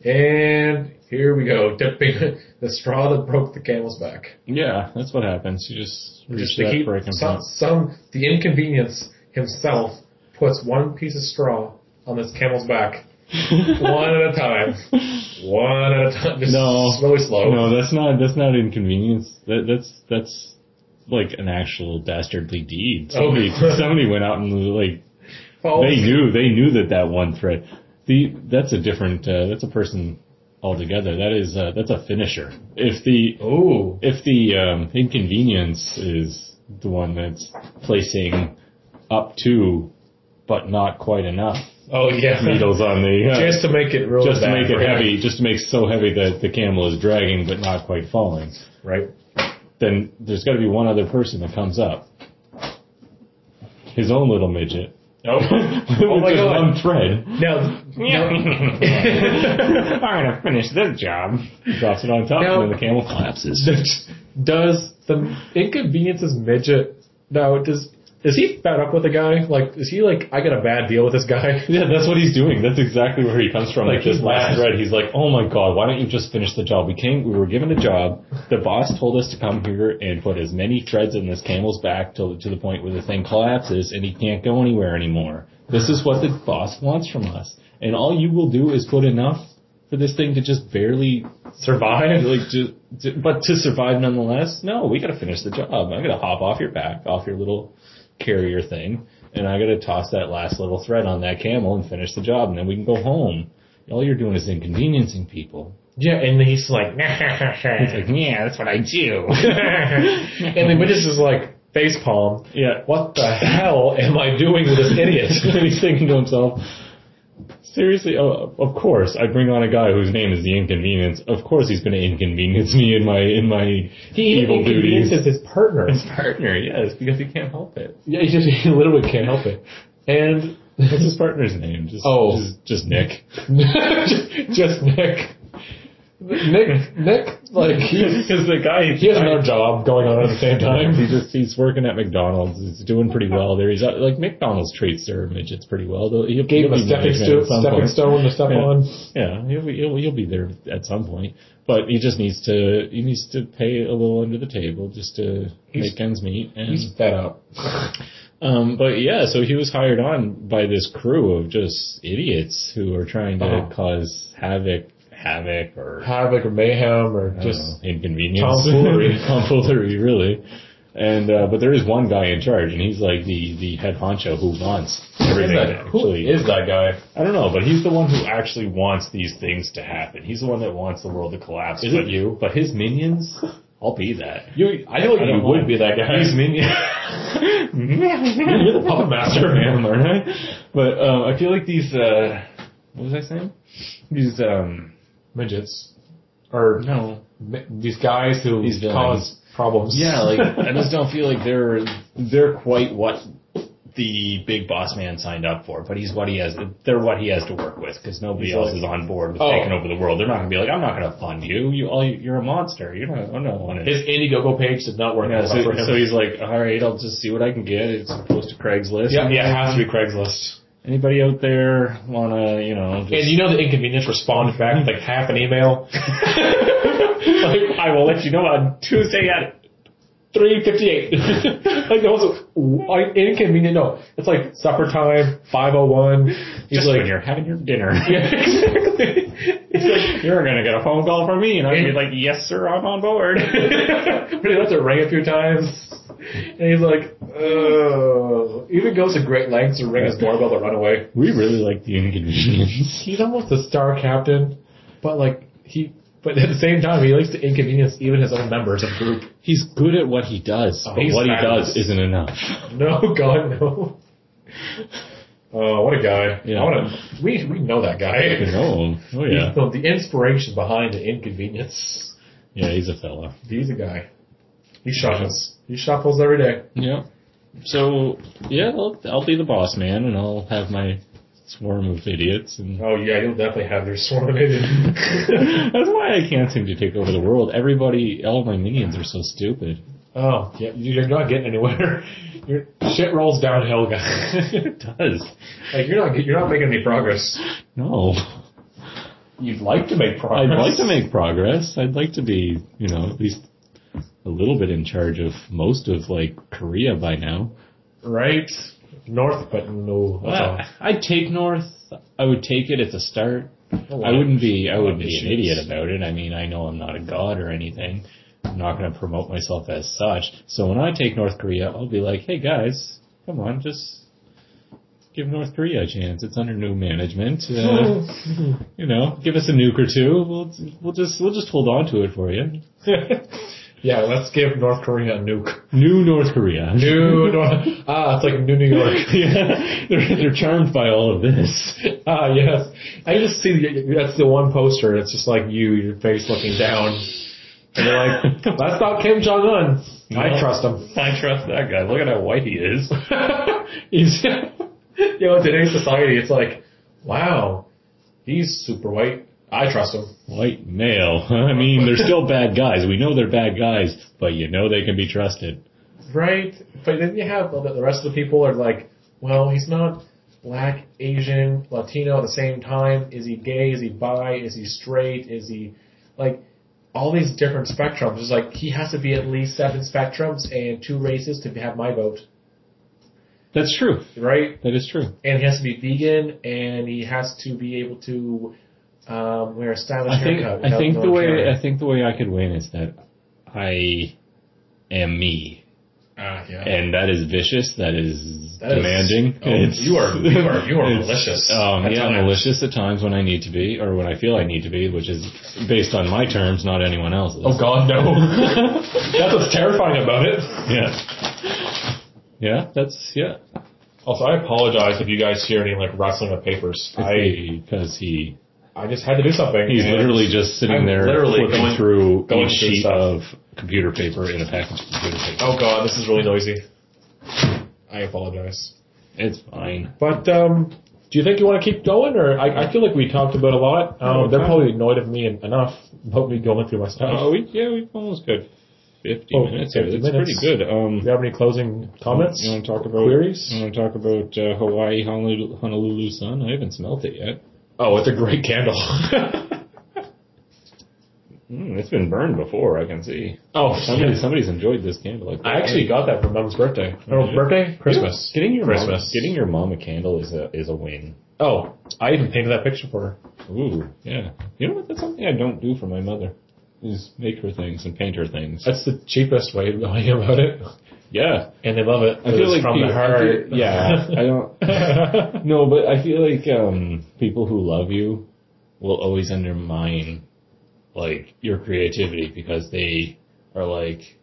Speaker 3: and here we go, dipping the straw that broke the camel's back.
Speaker 2: Yeah, that's what happens. You just reach
Speaker 3: Just to
Speaker 2: that
Speaker 3: keep
Speaker 2: breaking
Speaker 3: some,
Speaker 2: point.
Speaker 3: some, the inconvenience himself puts one piece of straw on this camel's back, one at a time, one at a time, just
Speaker 2: No.
Speaker 3: really slow.
Speaker 2: No, that's not that's not inconvenience. That that's that's like an actual dastardly deed. Somebody
Speaker 3: Oh.
Speaker 2: somebody went out and like
Speaker 3: Falls.
Speaker 2: they knew they knew that that one threat. The that's a different uh, that's a person altogether. That is uh, that's a finisher. If the
Speaker 3: Ooh.
Speaker 2: if the um, inconvenience is the one that's placing up to, but not quite enough
Speaker 3: Oh yeah.
Speaker 2: needles on the uh,
Speaker 3: Just to make it really
Speaker 2: just to
Speaker 3: bad
Speaker 2: make it
Speaker 3: for him.
Speaker 2: heavy, just to make so heavy that the camel is dragging but not quite falling.
Speaker 3: Right.
Speaker 2: Then there's got to be one other person that comes up. His own little midget.
Speaker 3: Oh, oh
Speaker 2: With
Speaker 3: my
Speaker 2: just
Speaker 3: god.
Speaker 2: one thread.
Speaker 3: Now,
Speaker 2: I'm gonna finish this job. Drops it on top,
Speaker 3: Now-
Speaker 2: and then the camel collapses.
Speaker 3: does the inconveniences midget now does Is he fed up with the guy? Like, is he like, I got a bad deal with this guy?
Speaker 2: Yeah, that's what he's doing. That's exactly where he comes from.
Speaker 3: Like,
Speaker 2: Like, this
Speaker 3: he's
Speaker 2: last
Speaker 3: mad.
Speaker 2: thread, he's like, "Oh my god, why don't you just finish the job? We came, we were given a job. The boss told us to come here and put as many threads in this camel's back till to the point where the thing collapses and he can't go anywhere anymore. This is what the boss wants from us, and all you will do is put enough for this thing to just barely
Speaker 3: Survive?
Speaker 2: like, ju- ju- but to survive nonetheless. No, we got to finish the job. I got to hop off your back, off your little carrier thing, and I got to toss that last little thread on that camel and finish the job, and then we can go home. All you're doing is inconveniencing people.
Speaker 3: Yeah, and he's like,
Speaker 2: It's like, yeah, that's what I do.
Speaker 3: and the witness is like, face palm.
Speaker 2: yeah.
Speaker 3: What the hell am I doing with this idiot?
Speaker 2: and he's thinking to himself, seriously, oh, of course, I bring on a guy whose name is the inconvenience. Of course, he's going to inconvenience me in my in my
Speaker 3: He
Speaker 2: evil duties.
Speaker 3: inconveniences his partner.
Speaker 2: His partner, yes, because he can't help it.
Speaker 3: Yeah, he, just, he literally can't help it.
Speaker 2: And what's his partner's name? Just,
Speaker 3: Oh.
Speaker 2: just, just Nick.
Speaker 3: just Nick. Nick, Nick, like he's
Speaker 2: Because the guy
Speaker 3: he has another job going on at the same time.
Speaker 2: He just he's working at McDonald's. He's doing pretty well there. He's uh, like McDonald's treats their midgets pretty well. They'll- He'll,
Speaker 3: Gave
Speaker 2: he'll
Speaker 3: him a
Speaker 2: be
Speaker 3: stepping,
Speaker 2: management
Speaker 3: sto-
Speaker 2: at some
Speaker 3: stepping
Speaker 2: point.
Speaker 3: stone to step
Speaker 2: Yeah.
Speaker 3: on.
Speaker 2: Yeah, he'll be, he'll, he'll be there at some point. But he just needs to he needs to pay a little under the table just to
Speaker 3: He's-
Speaker 2: make ends meet. And
Speaker 3: He's fed up.
Speaker 2: Um, but yeah, so he was hired on by this crew of just idiots who are trying to
Speaker 3: Oh.
Speaker 2: cause havoc, havoc, or
Speaker 3: Havoc or mayhem or
Speaker 2: I don't
Speaker 3: just
Speaker 2: know, inconvenience,
Speaker 3: tomfoolery.
Speaker 2: tomfoolery, really. And uh, but there is one guy in charge, and he's like the the head honcho who wants everything. to
Speaker 3: who
Speaker 2: actually,
Speaker 3: is that guy?
Speaker 2: I don't know, but he's the one who actually wants these things to happen. He's the one that wants the world to collapse.
Speaker 3: Is it
Speaker 2: but,
Speaker 3: you?
Speaker 2: But his minions, I'll be that.
Speaker 3: You, uh, I feel like
Speaker 2: I
Speaker 3: you
Speaker 2: don't
Speaker 3: would
Speaker 2: know.
Speaker 3: be that guy.
Speaker 2: He's minion.
Speaker 3: You're the puppet master, man.
Speaker 2: am, aren't I? But um, I feel like these. Uh, what was I saying? These um.
Speaker 3: Midgets or
Speaker 2: No.
Speaker 3: mi- these guys who
Speaker 2: These villains.
Speaker 3: cause problems.
Speaker 2: Yeah, like I just don't feel like they're they're quite what the big boss man signed up for. But he's what he has. They're what he has to work with because nobody
Speaker 3: He's
Speaker 2: else
Speaker 3: like-
Speaker 2: is on board with
Speaker 3: Oh.
Speaker 2: taking over the world. They're not gonna be like, I'm not gonna fund you. You all you're a monster. You're not. I'm not on it.
Speaker 3: his Indiegogo page did not work
Speaker 2: Yeah,
Speaker 3: out well for
Speaker 2: so,
Speaker 3: him.
Speaker 2: so he's like, all right, I'll just see what I can get. It's supposed to Craigslist.
Speaker 3: yeah, yeah, it has to be Craigslist.
Speaker 2: Anybody out there wanna, you know? Just
Speaker 3: And you know the inconvenience responded back with like half an email. like, I will let you know on Tuesday at 3.58. like, that was like, inconvenient. No, it's like supper time, 5.01. He's
Speaker 2: just
Speaker 3: like,
Speaker 2: when you're having your dinner.
Speaker 3: yeah, exactly. It's like,
Speaker 2: You're gonna get a phone call from me, and I'm gonna
Speaker 3: And-
Speaker 2: be like, "Yes, sir, I'm on board."
Speaker 3: but he lets it ring a few times. And he's like, oh. Even goes to great lengths to ring his doorbell to run away.
Speaker 2: we really like the inconvenience.
Speaker 3: he's almost a star captain, but like he, but at the same time, he likes to inconvenience even his own members of group.
Speaker 2: He's good at what he does,
Speaker 3: Oh,
Speaker 2: but
Speaker 3: he's
Speaker 2: what
Speaker 3: fabulous.
Speaker 2: he does isn't enough.
Speaker 3: No, God, no. Oh, what a guy!
Speaker 2: Yeah.
Speaker 3: I want to. We we know that
Speaker 2: You
Speaker 3: guy.
Speaker 2: know him. Oh yeah,
Speaker 3: So the inspiration behind the inconvenience.
Speaker 2: yeah, he's a fella.
Speaker 3: He's a guy. He shuffles. He shuffles every day.
Speaker 2: Yeah. So yeah, I'll, I'll be the boss man, and I'll have my swarm of idiots and.
Speaker 3: Oh yeah, you'll definitely have your swarm of idiots.
Speaker 2: That's why I can't seem to take over the world. Everybody, all my minions are so stupid.
Speaker 3: oh yeah, you're not getting anywhere. Your shit rolls downhill, guy.
Speaker 2: It does.
Speaker 3: like you're not you're not making any progress.
Speaker 2: No.
Speaker 3: You'd like to make
Speaker 2: I'd
Speaker 3: progress.
Speaker 2: like to make progress. I'd like to be, you know, at least a little bit in charge of most of, like, Korea by now.
Speaker 3: right north, but no. That's all.
Speaker 2: Well, I'd take North. I would take it at the start.
Speaker 3: Oh,
Speaker 2: I wouldn't be, I would
Speaker 3: of
Speaker 2: be an
Speaker 3: issues.
Speaker 2: idiot about it. I mean, I know I'm not a god or anything. I'm not going to promote myself as such. So when I take North Korea, I'll be like, hey guys, come on, just give North Korea a chance. It's under new management. Uh, you know, give us a nuke or two. We'll, we'll just, we'll just hold on to it for you.
Speaker 3: yeah, let's give North Korea a nuke.
Speaker 2: New North Korea.
Speaker 3: New North. Ah, it's like New New York.
Speaker 2: yeah, they're, they're charmed by all of this.
Speaker 3: Ah, yes. I just see the, that's the one poster. It's just like you, your face looking down. And you're like, that's not Kim Jong Un. I
Speaker 2: No.
Speaker 3: trust him.
Speaker 2: I trust that guy. Look at how white he is.
Speaker 3: He's, you know, in today's society, it's like, wow, he's super white. I trust him.
Speaker 2: White male. I mean, they're still bad guys. We know they're bad guys, but you know they can be trusted.
Speaker 3: right? But then you have the the rest of the people are like, well, he's not black, Asian, Latino at the same time. Is he gay? Is he bi? Is he straight? Is he like all these different spectrums? It's like he has to be at least seven spectrums and two races to have my vote,
Speaker 2: That's true.
Speaker 3: right?
Speaker 2: That is true.
Speaker 3: And he has to be vegan, and he has to be able to um, wear a stylish
Speaker 2: I think
Speaker 3: haircut.
Speaker 2: I
Speaker 3: without
Speaker 2: think
Speaker 3: no
Speaker 2: the way
Speaker 3: care.
Speaker 2: I think the way I could win is that I am me,
Speaker 3: Ah, yeah.
Speaker 2: and that is vicious. That is
Speaker 3: That is-
Speaker 2: demanding.
Speaker 3: oh, you are- you are- you are
Speaker 2: it's,
Speaker 3: malicious
Speaker 2: Um,
Speaker 3: at
Speaker 2: yeah,
Speaker 3: times.
Speaker 2: malicious at times when I need to be, or when I feel I need to be, which is based on my terms, not anyone else's.
Speaker 3: Oh God, no! That's what's terrifying about it.
Speaker 2: Yeah. Yeah, that's yeah.
Speaker 3: Also, I apologize if you guys hear any like rustling of papers. I
Speaker 2: because he
Speaker 3: I just had to do something.
Speaker 2: he's
Speaker 3: and
Speaker 2: literally just sitting
Speaker 3: I'm
Speaker 2: there
Speaker 3: literally
Speaker 2: flipping
Speaker 3: going-
Speaker 2: through a
Speaker 3: going through
Speaker 2: sheet
Speaker 3: stuff.
Speaker 2: of computer paper in a package of computer paper.
Speaker 3: Oh God, this is really noisy. I apologize.
Speaker 2: It's fine.
Speaker 3: But um, do you think you want to keep going, or I, I feel like we talked about a lot. Um,
Speaker 2: No,
Speaker 3: they're
Speaker 2: no.
Speaker 3: probably annoyed at me enough about me going through my stuff.
Speaker 2: Oh, we yeah, we've almost got fifty
Speaker 3: Oh,
Speaker 2: minutes.
Speaker 3: 50
Speaker 2: That's
Speaker 3: minutes.
Speaker 2: pretty good.
Speaker 3: do
Speaker 2: Um,
Speaker 3: you have any closing comments?
Speaker 2: You want to talk about
Speaker 3: queries?
Speaker 2: You want to talk about uh, Hawaii Honolulu, Honolulu sun? I haven't smelt it yet.
Speaker 3: Oh, it's a great candle.
Speaker 2: Mm, it's been burned before. I can see.
Speaker 3: oh,
Speaker 2: Somebody,
Speaker 3: yeah.
Speaker 2: somebody's enjoyed this candle. Like
Speaker 3: I actually got that for Mom's birthday. Oh,
Speaker 2: Yeah.
Speaker 3: birthday? Christmas.
Speaker 2: Getting your Mom,
Speaker 3: Christmas.
Speaker 2: getting your mom a candle is a is a win.
Speaker 3: Oh, I even painted that picture for her.
Speaker 2: Ooh, yeah. You know what? That's something I don't do for my mother. Is make her things and paint her things.
Speaker 3: That's the cheapest way of going about it,
Speaker 2: yeah,
Speaker 3: and they love it.
Speaker 2: I
Speaker 3: 'cause
Speaker 2: feel
Speaker 3: it's
Speaker 2: like
Speaker 3: from
Speaker 2: the-
Speaker 3: the
Speaker 2: I
Speaker 3: heart.
Speaker 2: feel- yeah, I don't. No, but I feel like um, people who love you will always undermine like your creativity because they are like,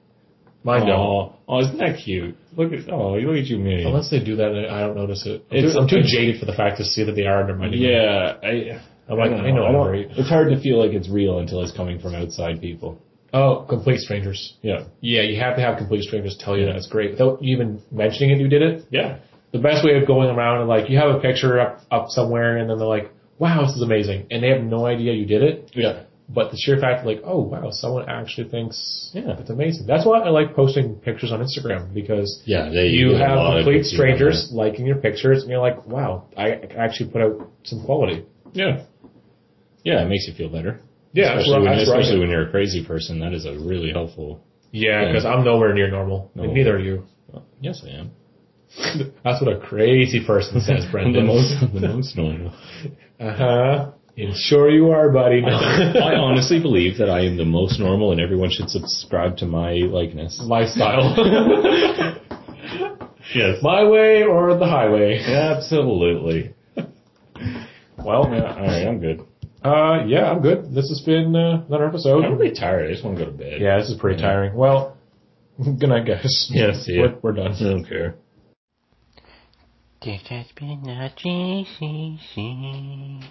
Speaker 3: Mine don't.
Speaker 2: oh, oh, isn't that cute? Look at oh, look at you, Minnie.
Speaker 3: Unless they do that, I don't notice it. I'm,
Speaker 2: It's-
Speaker 3: too, I'm too
Speaker 2: it's-
Speaker 3: jaded for the fact to see that they are undermining. me.
Speaker 2: yeah, I.
Speaker 3: I'm like,
Speaker 2: don't
Speaker 3: I know,
Speaker 2: I
Speaker 3: I'm
Speaker 2: don't-
Speaker 3: great.
Speaker 2: It's hard to feel like it's real until it's coming from outside people.
Speaker 3: Oh, complete strangers.
Speaker 2: Yeah.
Speaker 3: Yeah, you have to have complete strangers tell you that it's great without you even mentioning it. You did it.
Speaker 2: Yeah.
Speaker 3: The best way of going around and like you have a picture up up somewhere, and then they're like, "Wow, this is amazing," and they have no idea you did it.
Speaker 2: Yeah.
Speaker 3: But the sheer fact, like, oh wow, someone actually thinks
Speaker 2: Yeah.
Speaker 3: it's amazing. That's why I like posting pictures on Instagram because
Speaker 2: Yeah. They,
Speaker 3: you
Speaker 2: there's a
Speaker 3: have
Speaker 2: lot of good people out
Speaker 3: complete
Speaker 2: there.
Speaker 3: strangers liking your pictures, and you're like, wow, I actually put out some quality.
Speaker 2: Yeah. Yeah, it makes you feel better.
Speaker 3: Yeah, that's
Speaker 2: especially,
Speaker 3: right,
Speaker 2: when,
Speaker 3: that's right.
Speaker 2: especially when you're a crazy person, that is a really helpful.
Speaker 3: Yeah, because I'm nowhere near normal,
Speaker 2: No.
Speaker 3: and neither are you.
Speaker 2: Yes, I am.
Speaker 3: That's what a crazy person says,
Speaker 2: I'm the
Speaker 3: Brendan.
Speaker 2: most, I'm the most normal.
Speaker 3: Uh huh. And sure you are, buddy.
Speaker 2: I honestly believe that I am the most normal, and everyone should subscribe to my likeness.
Speaker 3: Lifestyle.
Speaker 2: Yes,
Speaker 3: My way or the highway.
Speaker 2: absolutely.
Speaker 3: Well,
Speaker 2: Yeah, all right, I'm good.
Speaker 3: uh, yeah, I'm good. This has been uh, another episode.
Speaker 2: I'm really tired. I just want to go to bed.
Speaker 3: Yeah, this is pretty
Speaker 2: Yeah.
Speaker 3: tiring. Well, good night, guys.
Speaker 2: Yeah. See ya.
Speaker 3: We're, we're done.
Speaker 2: I don't care.
Speaker 1: This has been a GCC.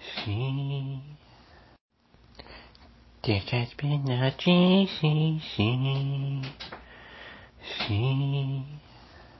Speaker 1: C. This has been a GCC. C.